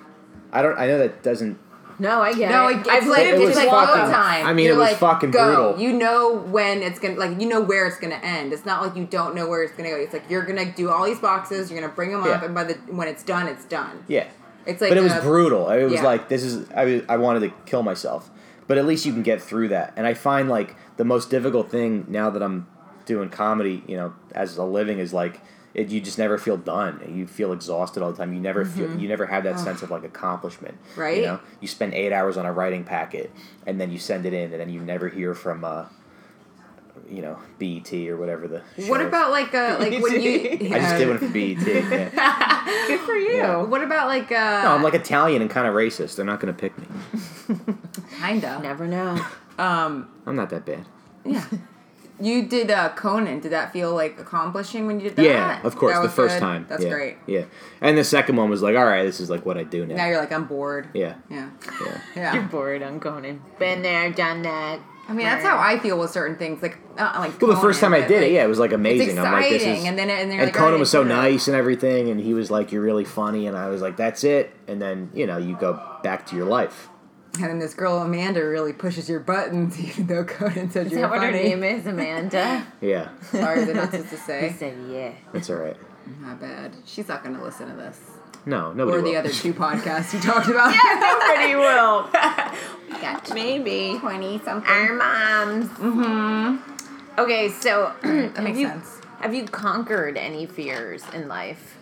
S4: I don't. I know that doesn't
S3: No, I get
S2: No,
S3: it.
S2: it, it's
S3: I've
S2: like,
S3: lived
S4: it was
S2: it's like
S4: fucking-
S2: all the time.
S4: I mean,
S2: You're
S4: it was
S2: like,
S4: fucking
S2: go.
S4: brutal.
S2: You know when it's gonna, like, you know where it's gonna end. It's not like you don't know where it's gonna go. It's like you're gonna do all these boxes, you're gonna bring them up,
S4: Yeah.
S2: and by the when it's done, it's done.
S4: Yeah.
S2: It's like
S4: but it was
S2: a-
S4: brutal. It was
S2: yeah.
S4: like this is I was- I wanted to kill myself. But at least you can get through that. And I find like the most difficult thing now that I'm doing comedy, you know, as a living is like it, you just never feel done. You feel exhausted all the time. You never feel you never have that sense of like accomplishment.
S2: Mm-hmm. Right?
S4: You know, you spend eight hours on a writing packet, and then you send it in, and then you never hear from. Uh, you know, BET or whatever the.
S2: What
S4: show-
S2: about like a like when you?
S4: <laughs> I just
S2: Yeah.
S4: did one for BET.
S2: <laughs>
S4: Yeah.
S3: Good for you.
S4: Yeah.
S2: What about like uh, a?
S4: No, I'm like Italian and kind of racist. They're not going to pick me.
S2: kinda.
S3: Never know.
S2: Um,
S4: I'm not that bad.
S2: yeah. You did uh, Conan. Did that feel like accomplishing when you did that?
S4: Yeah, of course.
S2: That
S4: The
S2: was
S4: first
S2: good?
S4: time.
S2: That's
S4: Yeah,
S2: great.
S4: Yeah. And the second one was like, all right, this is like what I do now.
S2: Now you're like, I'm bored.
S4: yeah.
S2: Yeah.
S4: Yeah.
S2: Yeah.
S3: You're bored on Conan. Been there, done that.
S2: I mean, that's how I feel with certain things. Like, uh, like.
S4: Well, the first time
S2: Conan,
S4: I
S2: but,
S4: did it,
S2: like,
S4: yeah, it was like
S2: It's
S4: amazing.
S2: exciting,
S4: I'm like, this is.
S2: and then and then you're
S4: and
S2: like,
S4: Conan
S2: alright,
S4: was so
S2: it's-
S4: nice and everything, and he was like, "You're really funny," and I was like, "That's it." And then you know, you go back to your life.
S2: And then this girl Amanda really pushes your buttons, <laughs> even though Conan said
S3: Is
S2: you're
S3: that what
S2: funny. <laughs>
S3: her name <laughs> is, Amanda?
S4: Yeah,
S2: Sorry, they're not <laughs> supposed to
S3: I
S2: say.
S3: said yeah.
S4: that's all right.
S2: My bad. She's not going to listen to this.
S4: No, nobody.
S2: Or the
S4: will. <laughs>
S2: other <laughs> two podcasts you talked about.
S3: Nobody will. <laughs> Gotcha. Maybe.
S2: 20 something.
S3: Our moms. Mm-hmm. Okay, so <clears throat> that
S2: makes
S3: you,
S2: sense.
S3: Have you conquered any fears in life?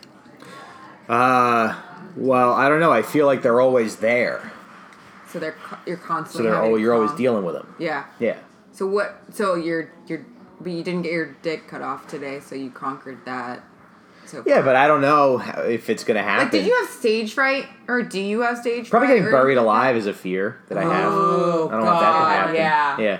S4: Uh, well, I don't know. I feel like they're always there,
S2: <laughs> So they're co- you're
S4: so
S2: constantly
S4: they're
S2: having
S4: oh, you're always
S2: prom-
S4: dealing with them.
S2: Yeah.
S4: Yeah.
S2: So what so you're you're but you didn't get your dick cut off today, so you conquered that. So
S4: Yeah, but I don't know how- if it's gonna happen.
S2: Like did you have stage fright or do you have stage
S4: Probably
S2: fright?
S4: getting
S2: or-
S4: buried alive is a fear that I have.
S2: Oh,
S4: I don't want that to
S2: God,
S4: happen.
S2: yeah.
S4: Yeah.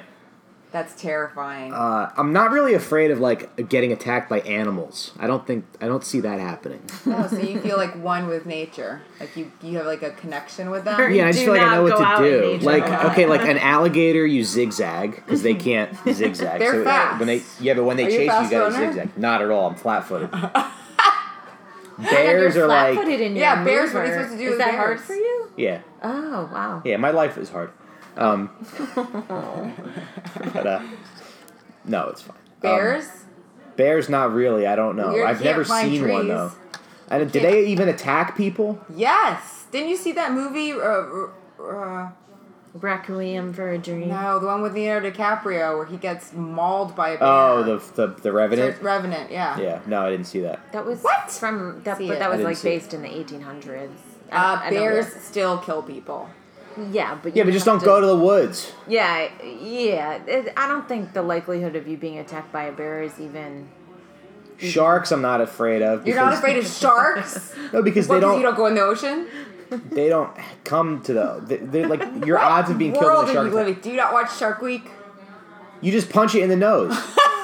S2: That's terrifying.
S4: Uh, I'm not really afraid of like getting attacked by animals. I don't think I don't see that happening.
S2: oh, so <laughs>
S4: <laughs>
S2: you feel like one with nature. Like you you have like a connection with them.
S4: Yeah, I just
S3: Do
S4: feel like I
S3: not
S4: know
S3: go
S4: what
S3: out
S4: to
S3: in
S4: do.
S3: nature.
S4: Like
S2: <laughs>
S4: okay, like an alligator, you zigzag because they can't zigzag.
S2: They're
S4: so
S2: fast.
S4: When they yeah, but when they
S2: Are you a
S4: chase you, you
S2: fast
S4: gotta
S2: runner?
S4: zigzag. Not at all. I'm
S2: <laughs>
S4: flat footed.
S3: You're
S4: <laughs> Bears are
S3: flat-footed
S4: like
S3: and
S2: Yeah,
S3: you're a
S2: bears, what are you
S3: mover.
S2: supposed to do
S3: Is
S2: with
S3: that
S2: bears?
S3: hard for you?
S4: yeah.
S3: Oh wow.
S4: Yeah, my life is hard.
S2: <laughs>
S4: Um, but, uh, no, it's fine. Um,
S2: Bears?
S4: bears, not really. I don't know.
S2: You're- you
S4: I've
S2: can't
S4: never
S2: climb
S4: seen one
S2: trees.
S4: though. And do they even attack people?
S2: yes. Didn't you see that movie uh, uh,
S3: Requiem for a dream.
S2: No, the one with Leonardo DiCaprio where he gets mauled by a bear.
S4: Oh, the the, the revenant.
S2: Re- Revenant, yeah.
S4: Yeah, no, I didn't see that.
S3: That was
S2: What?
S3: from that,
S2: See
S3: but
S2: it.
S3: that
S4: I
S3: was
S4: didn't
S3: like
S4: see it.
S3: based in the 1800s. I don't-
S2: Uh,
S3: I don't know.
S2: bears still kill people.
S3: Yeah, but
S4: Yeah,
S3: you
S4: but just
S3: have
S4: don't go to the woods.
S3: Yeah, yeah. It, I don't think the likelihood of you being attacked by a bear is even.
S4: Sharks, I'm not afraid of.
S2: You're not
S4: because-
S2: afraid
S4: <laughs>
S2: of sharks?
S4: No, because
S2: What,
S4: they
S2: 'cause
S4: don't,
S2: you don't go in the ocean?
S4: They don't come to the. They, they're like your odds of being killed
S2: World
S4: in a
S2: are
S4: shark.
S2: you
S4: attack-
S2: living? Do you not watch Shark Week?
S4: You just punch it in the nose.
S2: <laughs>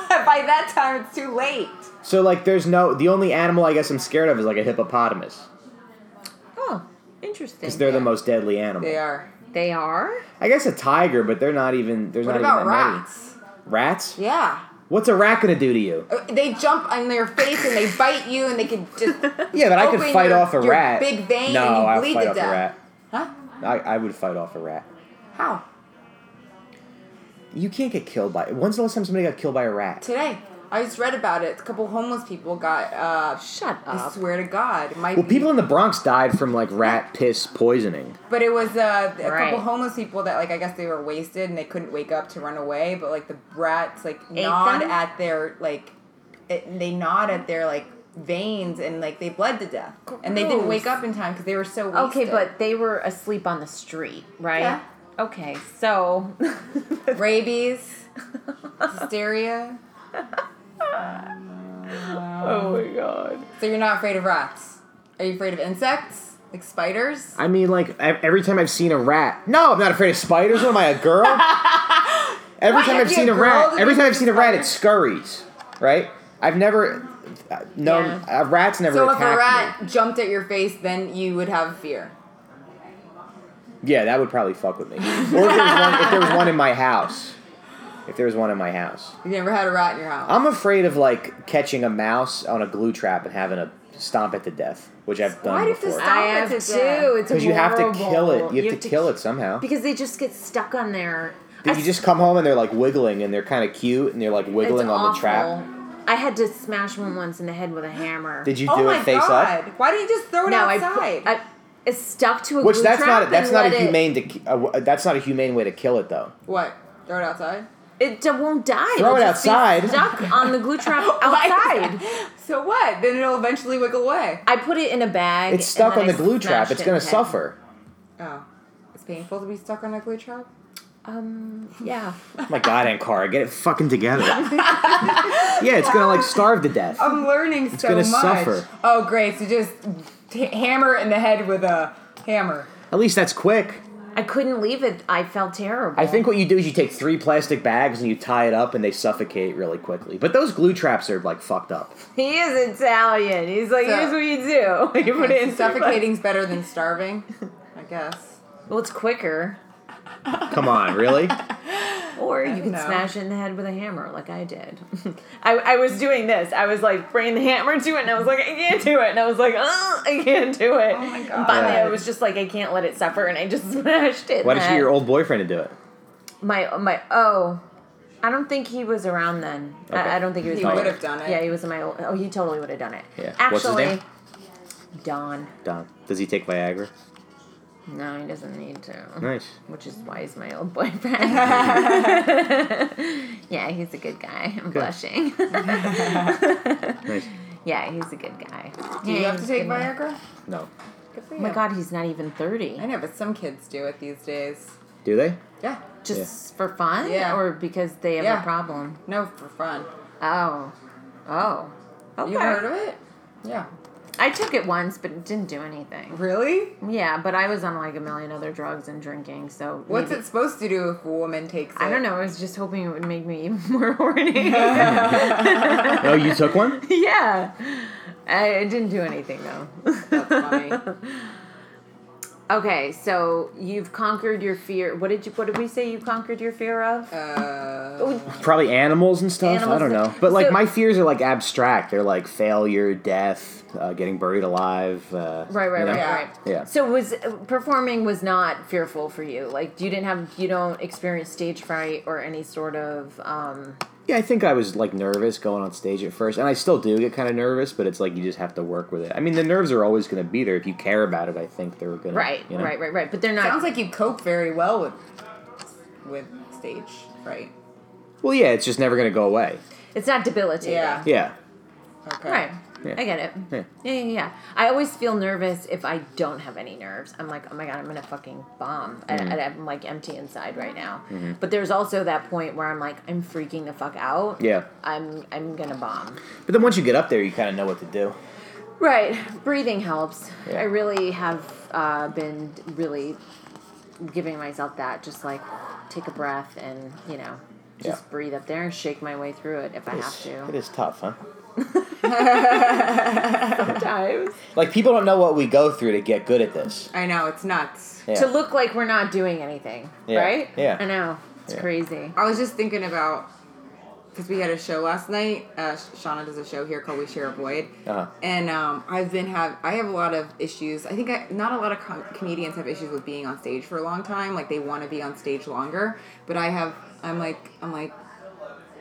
S2: By that time, it's too late.
S4: so like, there's no. The only animal I guess I'm scared of is like a hippopotamus.
S3: Oh, interesting.
S4: Because they're the most deadly animal.
S2: They are.
S3: They are.
S4: I guess a tiger, but they're not even. There's
S2: What about
S4: not even that many.
S2: rats?
S4: Rats?
S2: Yeah.
S4: What's a rat gonna do to you?
S2: Uh, They jump on your face and they bite you and they can just.
S4: <laughs> Yeah, but I could
S2: open
S4: fight
S2: your-
S4: off a
S2: your
S4: rat.
S2: big vein
S4: no,
S2: and you
S4: I'll
S2: bleed
S4: fight
S2: to
S4: off
S2: death.
S4: a rat.
S2: Huh?
S4: I, I would fight off a rat.
S2: How?
S4: You can't get killed by. When's the last time somebody got killed by a rat?
S2: Today. I just read about it. A couple homeless people got. Uh,
S3: Shut
S2: I
S3: up.
S2: swear to God. It might
S4: Well,
S2: be-
S4: people in the Bronx died from like rat piss poisoning.
S2: But it was uh, a
S3: Right.
S2: couple homeless people that like I guess they were wasted and they couldn't wake up to run away. But like the rats like
S3: Ate
S2: gnawed
S3: them?
S2: at their like, it, they gnawed at their like veins and like they bled to death and they didn't wake up in time because they were so
S3: Okay,
S2: wasted.
S3: but they were asleep on the street, right?
S2: Yeah.
S3: Okay,
S2: <laughs>
S3: so
S4: <laughs>
S2: rabies, hysteria.
S3: Oh my god.
S2: So you're not afraid of rats? Are you afraid of insects like spiders?
S4: I mean, like ev- every time I've seen a rat. No, I'm not afraid of spiders. What am I,
S2: <laughs>
S4: a girl? every
S2: Why,
S4: time
S2: if you're
S4: I've seen
S2: a
S4: a,
S2: girl,
S4: rat,
S2: then
S4: every
S2: you'd
S4: time
S2: be
S4: I've seen a rat, it scurries. Right? I've never uh, known
S3: Yeah.
S4: a rat's never
S2: So if
S4: attacked
S2: a rat
S4: me.
S2: jumped at your face, then you would have fear.
S4: Yeah, that would probably fuck with me. Or if there, was one, if there was one in my house. If there was one in my house,
S2: You never had a rat in your house.
S4: I'm afraid of like catching a mouse on a glue trap and having to stomp it to death, which I've done
S2: Why do you have to
S4: before.
S2: stomp
S3: I
S2: it
S3: have
S2: to
S3: to.
S2: death?
S3: It's
S4: Because you have to
S3: horrible.
S4: kill it. You have, to, kill
S3: ki-
S4: it somehow.
S3: because they just get stuck on their. I
S4: Dude, you just come home and they're like wiggling and they're kind of cute and they're like
S3: It's
S4: wiggling on the trap.
S3: awful. I had to smash one once in the head with a hammer.
S4: Did you
S2: oh
S4: do
S2: my
S4: it face
S2: god!
S4: up?
S2: Why do not you just throw it
S3: No, I,
S2: outside?
S3: pu- I it's stuck to a
S4: Which
S3: glue
S4: that's
S3: trap
S4: not that's
S3: and
S4: not a
S3: let it-
S4: humane to ki- uh, w- that's not a humane way to kill it though.
S2: What? Throw <laughs> it outside?
S3: It d- won't die. It'll
S4: Throw it
S3: just be
S4: outside. <laughs>
S3: Stuck on the glue trap
S2: Why is
S3: outside.
S2: that- So what? Then it'll eventually wiggle away.
S3: I put it in a bag.
S4: It's stuck on
S3: and
S4: the
S3: then I
S4: glue trap.
S3: smashed
S4: It's
S3: it
S4: gonna
S3: and had-
S4: suffer.
S2: Oh, it's painful to be stuck on a glue trap.
S3: Um, yeah.
S4: Oh
S3: <laughs>
S4: my God, Ankara, get it fucking together. yeah, it's gonna like starve to death.
S2: I'm learning so
S4: gonna
S2: much.
S4: suffer.
S2: Oh, great! So just t- hammer it in the head with a hammer.
S4: At least that's quick.
S3: I couldn't leave it. I felt terrible.
S4: I think what you do is you take three plastic bags and you tie it up and they suffocate really quickly. But those glue traps are like fucked up.
S3: he is Italian. He's like,
S2: So-
S3: here's what you
S2: <laughs>
S3: do. You put it in
S2: Suffocating's better than starving, I guess.
S3: Well, it's quicker.
S4: Come
S3: <laughs>
S4: on, really?
S3: Or you can
S2: know.
S3: smash it in the head with a hammer, like I did. <laughs> I, I was doing this. I was like bringing the hammer to it, and I was like, I can't do it. And I was like, oh, I can't do it. Oh
S2: my
S3: and
S2: God.
S3: finally,
S4: Yeah.
S3: I was just like, I can't let it suffer, and I just <laughs> smashed it. in
S4: Why
S3: the
S4: did you
S3: head.
S4: get your old boyfriend to do it?
S3: My my oh, I don't think he was around then.
S4: Okay.
S3: I, I don't think he was.
S2: He
S3: my-
S2: would have done it.
S3: Yeah, he was in my old. Oh, he totally would have done it.
S4: Yeah. What's his
S3: Actually,
S4: name?
S3: Don.
S4: Don. Does he take Viagra?
S3: No, he doesn't need to.
S4: Nice.
S3: Which is why he's my old boyfriend.
S4: <laughs>
S3: <laughs> yeah, he's a good guy. I'm blushing.
S4: <laughs> Nice.
S3: yeah, he's a good guy.
S2: Do you have to take Viagra?
S4: No.
S2: Good for
S3: Oh my
S2: you.
S3: god, he's not even thirty.
S2: I know, but some kids do it these days.
S3: <laughs>
S4: Do they?
S2: Yeah.
S3: Just for fun,
S2: Yeah.
S3: or because they have
S2: Yeah.
S3: a problem.
S2: No, for fun.
S3: Oh, oh. Okay.
S2: You heard of it? Yeah.
S3: I took it once, but it didn't do anything.
S2: Really?
S3: Yeah, but I was on like a million other drugs and drinking, so
S2: What's
S3: maybe-
S2: it supposed to do if a woman takes it?
S3: I don't know. I was just hoping it would make me <laughs> even more
S2: <laughs>
S3: horny.
S4: No, Oh, you took one?
S3: yeah, I, it didn't do anything though.
S2: That's funny.
S3: <laughs> Okay, so you've conquered your fear. What did you? What did we say? You conquered your fear of?
S2: Uh,
S3: Oh,
S4: Probably animals and stuff. I
S3: Animals
S4: don't
S3: and-
S4: know. But like
S3: So-
S4: my fears are like abstract. They're like failure, death, uh, getting buried alive. Uh,
S3: right, right,
S4: you know?
S3: right,
S2: Yeah.
S3: right.
S4: Yeah.
S3: So was performing was not fearful for you? Like you didn't have you don't experience stage fright or any sort of um,
S4: Yeah, I think I was like nervous going on stage at first, and I still do get kind of nervous, but it's like you just have to work with it. I mean, the nerves are always going to be there if you care about it. I think they're going to
S3: right,
S4: you know?
S3: right, right, right. But they're not.
S2: sounds like you cope very well with with stage, right?
S4: Well, yeah, it's just never going to go away.
S3: it's not debilitating.
S2: Yeah.
S4: Yeah,
S2: Okay.
S3: Right.
S4: Yeah.
S3: I get it.
S4: Yeah.
S3: Yeah. yeah, yeah, I always feel nervous if I don't have any nerves. I'm like, oh my god, I'm gonna fucking bomb. I,
S4: Mm-hmm.
S3: I, I'm like empty inside right now. But there's also that point where I'm like, I'm freaking the fuck out.
S4: yeah.
S3: I'm I'm gonna bomb.
S4: But then once you get up there, you kind of know what to do.
S3: Right. Breathing helps.
S4: Yeah.
S3: I really have uh, been really giving myself that, just like take a breath and you know. Just
S4: Yeah.
S3: breathe up there and shake my way through it if I have
S4: It's- It <laughs>
S3: to.
S4: is tough, huh?
S3: Sometimes.
S4: Like people don't know what we go through to get good at this.
S2: I know it's nuts.
S4: Yeah.
S3: to look like we're not doing anything,
S4: Yeah,
S3: right?
S4: yeah.
S3: I know. It's
S4: Yeah.
S3: crazy.
S2: I was just thinking about because we had a show last night. Uh, Shauna does a show here called We Share a Void,
S4: Uh-huh.
S2: and um, I've been have I have a lot of issues. I think I, not a lot of com- comedians have issues with being on stage for a long time. Like they want to be on stage longer, but I have. I'm like I'm like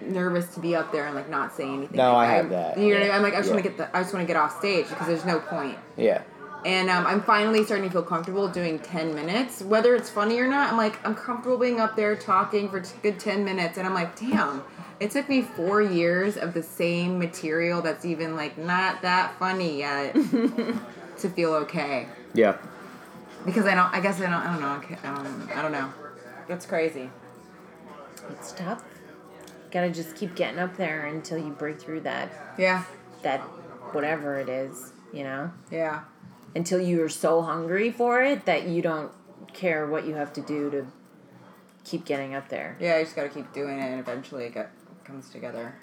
S2: nervous to be up there and like not say anything.
S4: No,
S2: Like,
S4: I
S2: I'm-
S4: have that.
S2: You know, what I mean?
S4: Yeah.
S2: I'm like I just want
S4: Yeah.
S2: to get the I just want to get off stage because there's no point.
S4: yeah.
S2: And um, I'm finally starting to feel comfortable doing 10 minutes. Whether it's funny or not, I'm like, I'm comfortable being up there talking for t- good 10 minutes. And I'm like, damn, it took me four years of the same material that's even like not that funny <laughs> yet to feel okay.
S4: Yeah.
S2: Because I don't, I guess I don't, I don't know. I can't- I don't, I don't know. That's crazy.
S3: It's tough. Gotta just keep getting up there until you break through that
S2: Yeah.
S3: that whatever it is, you know?
S2: Yeah.
S3: Until you are so hungry for it that you don't care what you have to do to keep getting up there.
S2: Yeah, I just gotta keep doing it and eventually it get, comes together.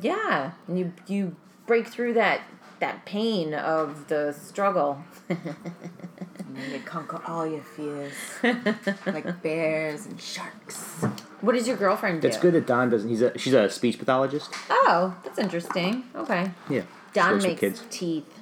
S3: Yeah. And you you break through that that pain of the struggle. <laughs>
S2: And you conquer all your fears like bears and sharks.
S3: What does your girlfriend do?
S4: It's good that Don doesn't. He's a she's a speech pathologist.
S3: Oh, that's interesting. Okay.
S4: Yeah. She
S3: Don
S4: works with
S3: makes
S4: kids.
S3: teeth.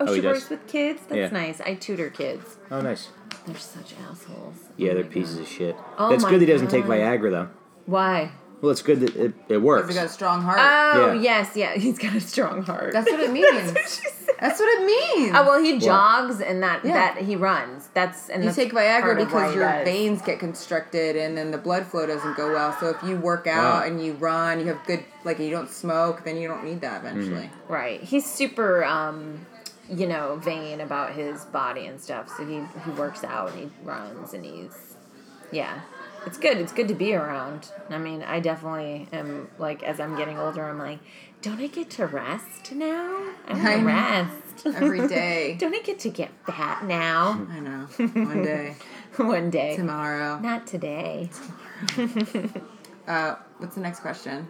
S3: Oh,
S4: Oh, he
S3: she
S4: does?
S3: works with kids? That's
S4: Yeah.
S3: nice. I tutor kids.
S4: Oh, nice.
S3: They're such assholes.
S4: Yeah,
S3: Oh
S4: they're
S3: my
S4: pieces of shit.
S3: Oh
S4: That's
S3: my
S4: good. He doesn't take
S3: God.
S4: Viagra though.
S3: God. Why?
S4: Well, it's good that it, it works.
S2: He's got a strong heart.
S3: Oh
S4: Yeah.
S3: yes, yeah. <laughs> He's got a strong heart.
S2: That's what it means.
S3: <laughs> That's what she said.
S2: That's what it means.
S3: Oh well, he jogs and that
S2: Yeah.
S3: that he runs. that's and
S2: you
S3: that's
S2: take
S3: part
S2: Viagra
S3: of why
S2: because
S3: he
S2: your
S3: does.
S2: veins get constricted and then the blood flow doesn't go well. So if you work out
S4: Wow.
S2: and you run, you have good like you don't smoke, then you don't need that eventually.
S3: Right. He's super, um, you know, vain about his body and stuff. So he, he works out and he runs and he's, yeah. It's good. It's good to be around. I mean, I definitely am, like, as I'm getting older, I'm like, don't I get to rest now? I
S2: I
S3: want to
S2: know.
S3: rest. <laughs>
S2: Every day.
S3: don't I get to get fat now? <laughs>
S2: I know. One day,
S3: One day.
S2: tomorrow.
S3: Not today.
S2: Uh, what's the next question?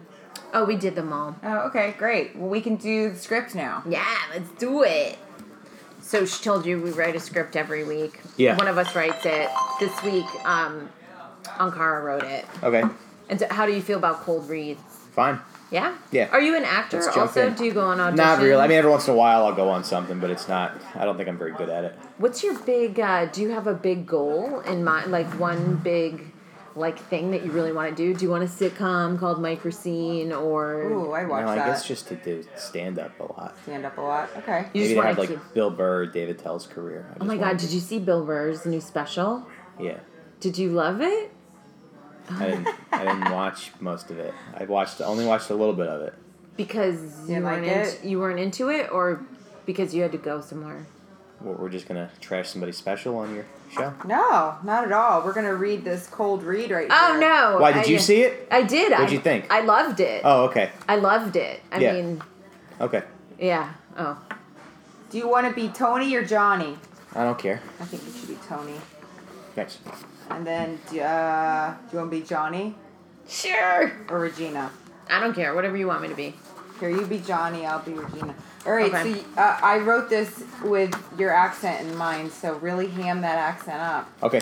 S3: Oh, we did them all.
S2: Oh, okay, great. Well, we can do the script now.
S3: Yeah, let's do it. So she told you we write a script every week.
S4: Yeah.
S3: One of us writes it. This week, um, Ankara wrote it.
S4: okay,
S3: And so how do you feel about cold reads?
S4: fine.
S3: Yeah?
S4: Yeah.
S3: Are you an actor
S4: Let's jump
S3: also?
S4: in.
S3: Do you go on audition?
S4: Not real. I mean, every once in a while I'll go on something, but it's not. I don't think I'm very good at it.
S3: What's your big, uh, do you have a big goal in mind? Like one big, like thing that you really want to do? Do you want a sitcom called Microscene or...
S2: Ooh, I
S4: You
S2: watch
S4: know, I
S2: that.
S4: guess just to do stand up a lot.
S2: Stand up a lot. Okay.
S3: You
S4: Maybe
S3: just
S4: to
S3: want
S4: have
S3: to
S4: like
S3: keep...
S4: Bill Burr, David Tell's career. I
S3: Oh my
S4: just wanna
S3: god, did you see Bill Burr's new special?
S4: do- Yeah,
S3: Did you love it?
S4: I didn't. I
S3: <laughs>
S4: didn't watch most of it. I watched only watched a little bit of it.
S3: Because you,
S2: You like
S3: weren't
S2: it?
S3: into, you weren't into it or because you had to go somewhere?
S4: We're we're just gonna trash somebody special on your show.
S2: No, not at all. We're gonna read this cold read right
S3: Oh
S2: here.
S3: no.
S4: Why did
S3: I-
S4: you see it?
S3: I did.
S4: What'd
S3: I,
S4: you think?
S3: I loved it.
S4: Oh, okay,
S3: I loved it. I
S4: Yeah.
S3: mean,
S4: okay.
S3: yeah. Oh.
S2: Do you want to be Tony or Johnny?
S4: I don't care.
S2: I think you should be Tony.
S4: Next.
S2: And then, do- uh, do you want to be Johnny
S3: Sure.
S2: or Regina?
S3: I don't care. Whatever you want me to be.
S2: Here, you be Johnny, I'll be Regina. All right,
S3: Okay.
S2: so uh, I wrote this with your accent in mind, so really ham that accent up.
S4: Okay.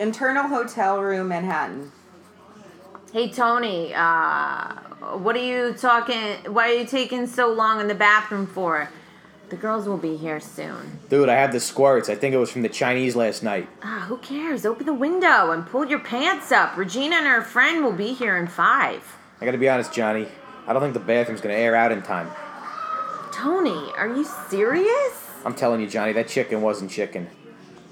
S2: Internal hotel room, Manhattan.
S3: Hey, Tony, uh, what are you talking? Why are you taking so long in the bathroom for? The girls will be here soon.
S4: Dude, I have the squirts. I think it was from the Chinese last night.
S3: Ah, who cares? Open the window and pull your pants up. Regina and her friend will be here in five.
S4: I gotta be honest, Johnny. I don't think the bathroom's gonna air out in time.
S3: Tony, are you serious?
S4: I'm telling you, Johnny, that chicken wasn't chicken.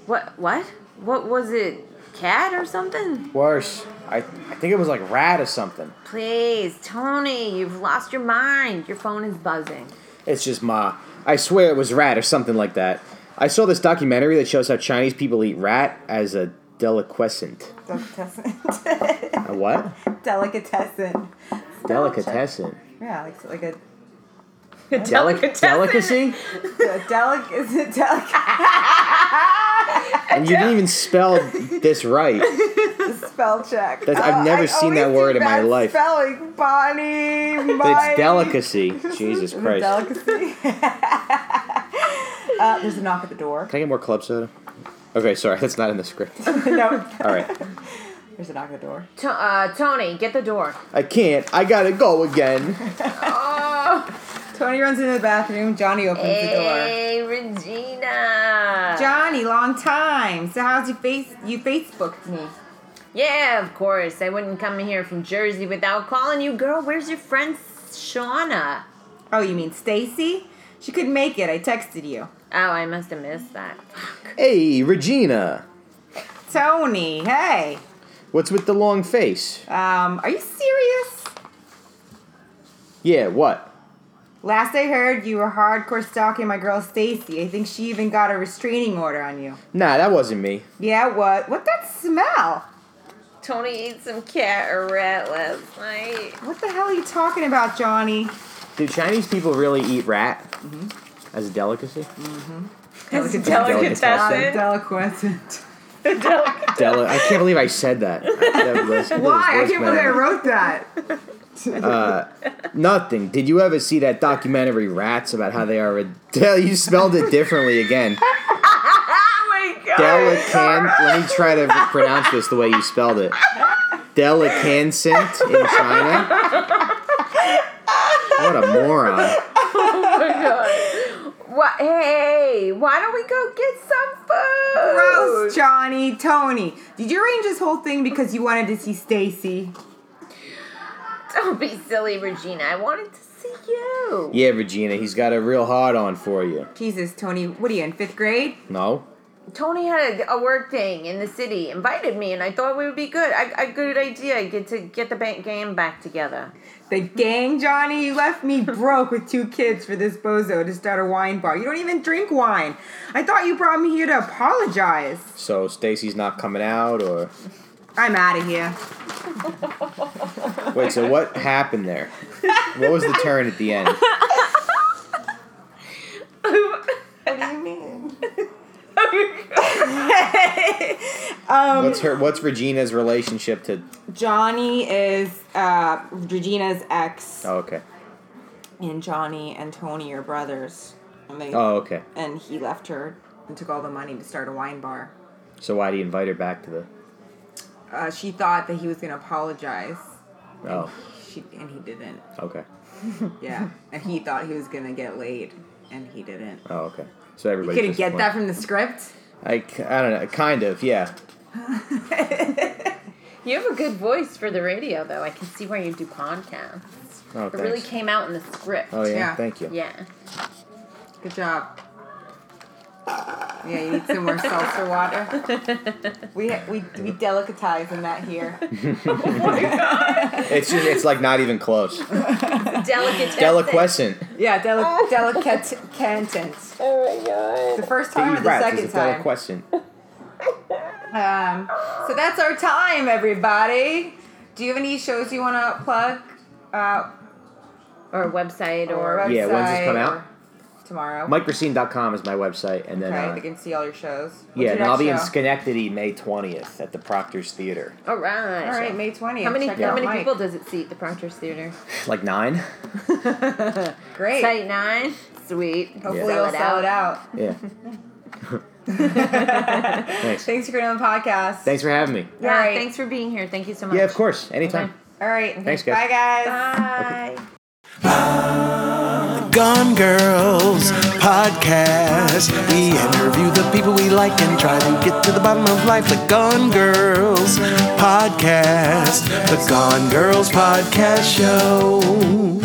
S3: What? What? What was it? Cat or something?
S4: Worse. I, I think it was like rat or something.
S3: Please, Tony, you've lost your mind. Your phone is buzzing.
S4: It's just ma. I swear it was rat or something like that. I saw this documentary that shows how Chinese people eat rat as a deliquescent.
S2: Delicatessen.
S4: A what?
S2: <laughs> Delicatessen.
S4: Delicatessen.
S2: Yeah, like, like a,
S3: <laughs>
S4: Delic-
S2: a
S4: delicacy?
S2: delic. Is it delic?
S4: And you didn't even spell this right.
S2: Spell check. Uh,
S4: That's- I've never
S2: I
S4: seen that
S2: always
S4: word
S2: do
S4: in my
S2: bad
S4: life.
S2: Spelling, Bonnie.
S4: It's
S2: Mike.
S4: delicacy.
S2: Is
S4: Jesus
S2: it
S4: Christ.
S2: delicacy. <laughs> uh, there's a knock at the door. <laughs>
S4: Can I get more club soda? Okay, sorry, that's not in the script.
S2: no,
S4: All right.
S2: there's a knock at the door.
S3: To- uh, Tony, get the door.
S4: I can't. I gotta go again.
S3: Oh,
S2: Tony runs into the bathroom. Johnny opens the door.
S3: hey, Regina.
S2: Johnny, long time. So how's your face? You Facebooked me.
S3: yeah, of course. I wouldn't come here from Jersey without calling you. Girl, where's your friend Shauna?
S2: Oh, you mean Stacy? She couldn't make it. I texted you.
S3: Oh, I must have missed that.
S4: Hey, Regina.
S2: Tony, hey.
S4: What's with the long face?
S2: Um, are you serious?
S4: Yeah, what?
S2: Last I heard, you were hardcore stalking my girl Stacy. I think she even got a restraining order on you.
S4: Nah, that wasn't me.
S2: Yeah, what? What that smell?
S3: Tony ate some cat or rat last night.
S2: What the hell are you talking about, Johnny?
S4: Do Chinese people really eat rat as a delicacy?
S3: It's a
S4: delicatessen.
S3: delicatessen.
S2: Deliquescent.
S4: Deli- I can't believe I said <laughs> that. That was- that was
S2: Why? I can't
S4: worse than-
S2: believe I wrote that.
S4: Nothing. Did you ever see that documentary Rats about how they are a <laughs> del- you spelled it differently <laughs> again.
S3: Oh my god.
S4: Delican let me try to pronounce this the way you spelled it. Delicancent in China. What a moron.
S3: Oh my god. What? Hey, why don't we go get some food?
S2: Gross, Johnny, Tony. Did you arrange this whole thing because you wanted to see Stacy?
S3: <laughs> Don't be silly, Regina. I wanted to see you.
S4: Yeah, Regina, he's got a real hard on for you.
S2: Jesus, Tony, what are you in fifth grade?
S4: No?
S3: Tony had a, a work thing in the city, invited me, and I thought we would be good. I, I good idea. I get to get the ba- game back together.
S2: The gang, Johnny, you left
S4: <laughs>
S2: me broke with two kids for this bozo to start a wine bar. You don't even drink wine. I thought you brought me here to apologize.
S4: So Stacy's not coming out or
S2: I'm out of here.
S4: Wait,
S2: <laughs>
S4: so what happened there? What was the turn at the end?
S2: <laughs> Um,
S4: What's her what's Regina's relationship to
S2: Johnny is uh, Regina's ex,
S4: Oh okay.
S2: and Johnny and Tony are brothers. And they
S4: Oh okay.
S2: and he left her and took all the money to start a wine bar.
S4: So why'd he invite her back to the
S2: Uh, she thought that he was gonna apologize.
S4: Oh,
S2: She and he didn't.
S4: okay.
S2: Yeah, and he thought he was gonna get laid, and he didn't.
S4: Oh okay. So everybody
S2: Couldn't get that from the script. <laughs>
S4: I, c- I don't know, kind of, yeah.
S3: You have a good voice for the radio, though. I can see why you do podcasts.
S4: Oh,
S3: It really
S4: thanks.
S3: came out in the script.
S4: Oh yeah,
S2: Yeah.
S4: thank you. <laughs>
S3: Yeah.
S2: Good job. Yeah, you need some more seltzer water. We we we delicatize in that
S4: <laughs>
S2: here.
S4: It's just it's like not even close.
S2: <laughs>
S3: Delicate.
S4: Deliquescent.
S2: Yeah, deli- delicate canton.
S3: Oh my god.
S2: The first
S4: To
S2: time or
S4: eat
S2: the
S4: rats
S2: second
S4: is a
S2: time.
S4: deliquescent.
S2: Um, so that's our time, everybody. Do you have any shows you want to plug? Uh,
S3: Or a website or.
S2: or
S4: Yeah, when's this
S2: website
S4: come
S2: or
S4: out?
S2: Tomorrow.
S4: MikeRacine.com is my website, and then
S2: Okay,
S4: uh,
S2: they can see all your shows. What's
S4: yeah,
S2: your
S4: and
S2: next
S4: I'll be in
S2: show?
S4: Schenectady May twentieth at the Proctor's Theater.
S3: All right.
S2: All right, May 20th.
S3: How many,
S2: Check
S3: how
S2: out
S3: many
S2: Mike.
S3: people does it seat, the Proctor's Theater?
S4: Like nine.
S2: Great.
S3: Site nine? Sweet.
S2: Hopefully,
S3: Sell
S2: we'll
S3: it
S2: sell
S3: out.
S2: it out. <laughs>
S4: Yeah. Thanks.
S2: Thanks for coming on the podcast.
S4: Thanks for having me.
S3: Yeah,
S2: All right.
S3: thanks for being here. Thank you so much.
S4: Yeah, of course. Anytime.
S3: Okay.
S2: All right.
S4: Thanks, guys.
S2: Bye, guys.
S3: Bye.
S1: Gone Girls podcast. We interview the people we like and try to get to the bottom of life. The Gone Girls podcast. The Gone Girls podcast show.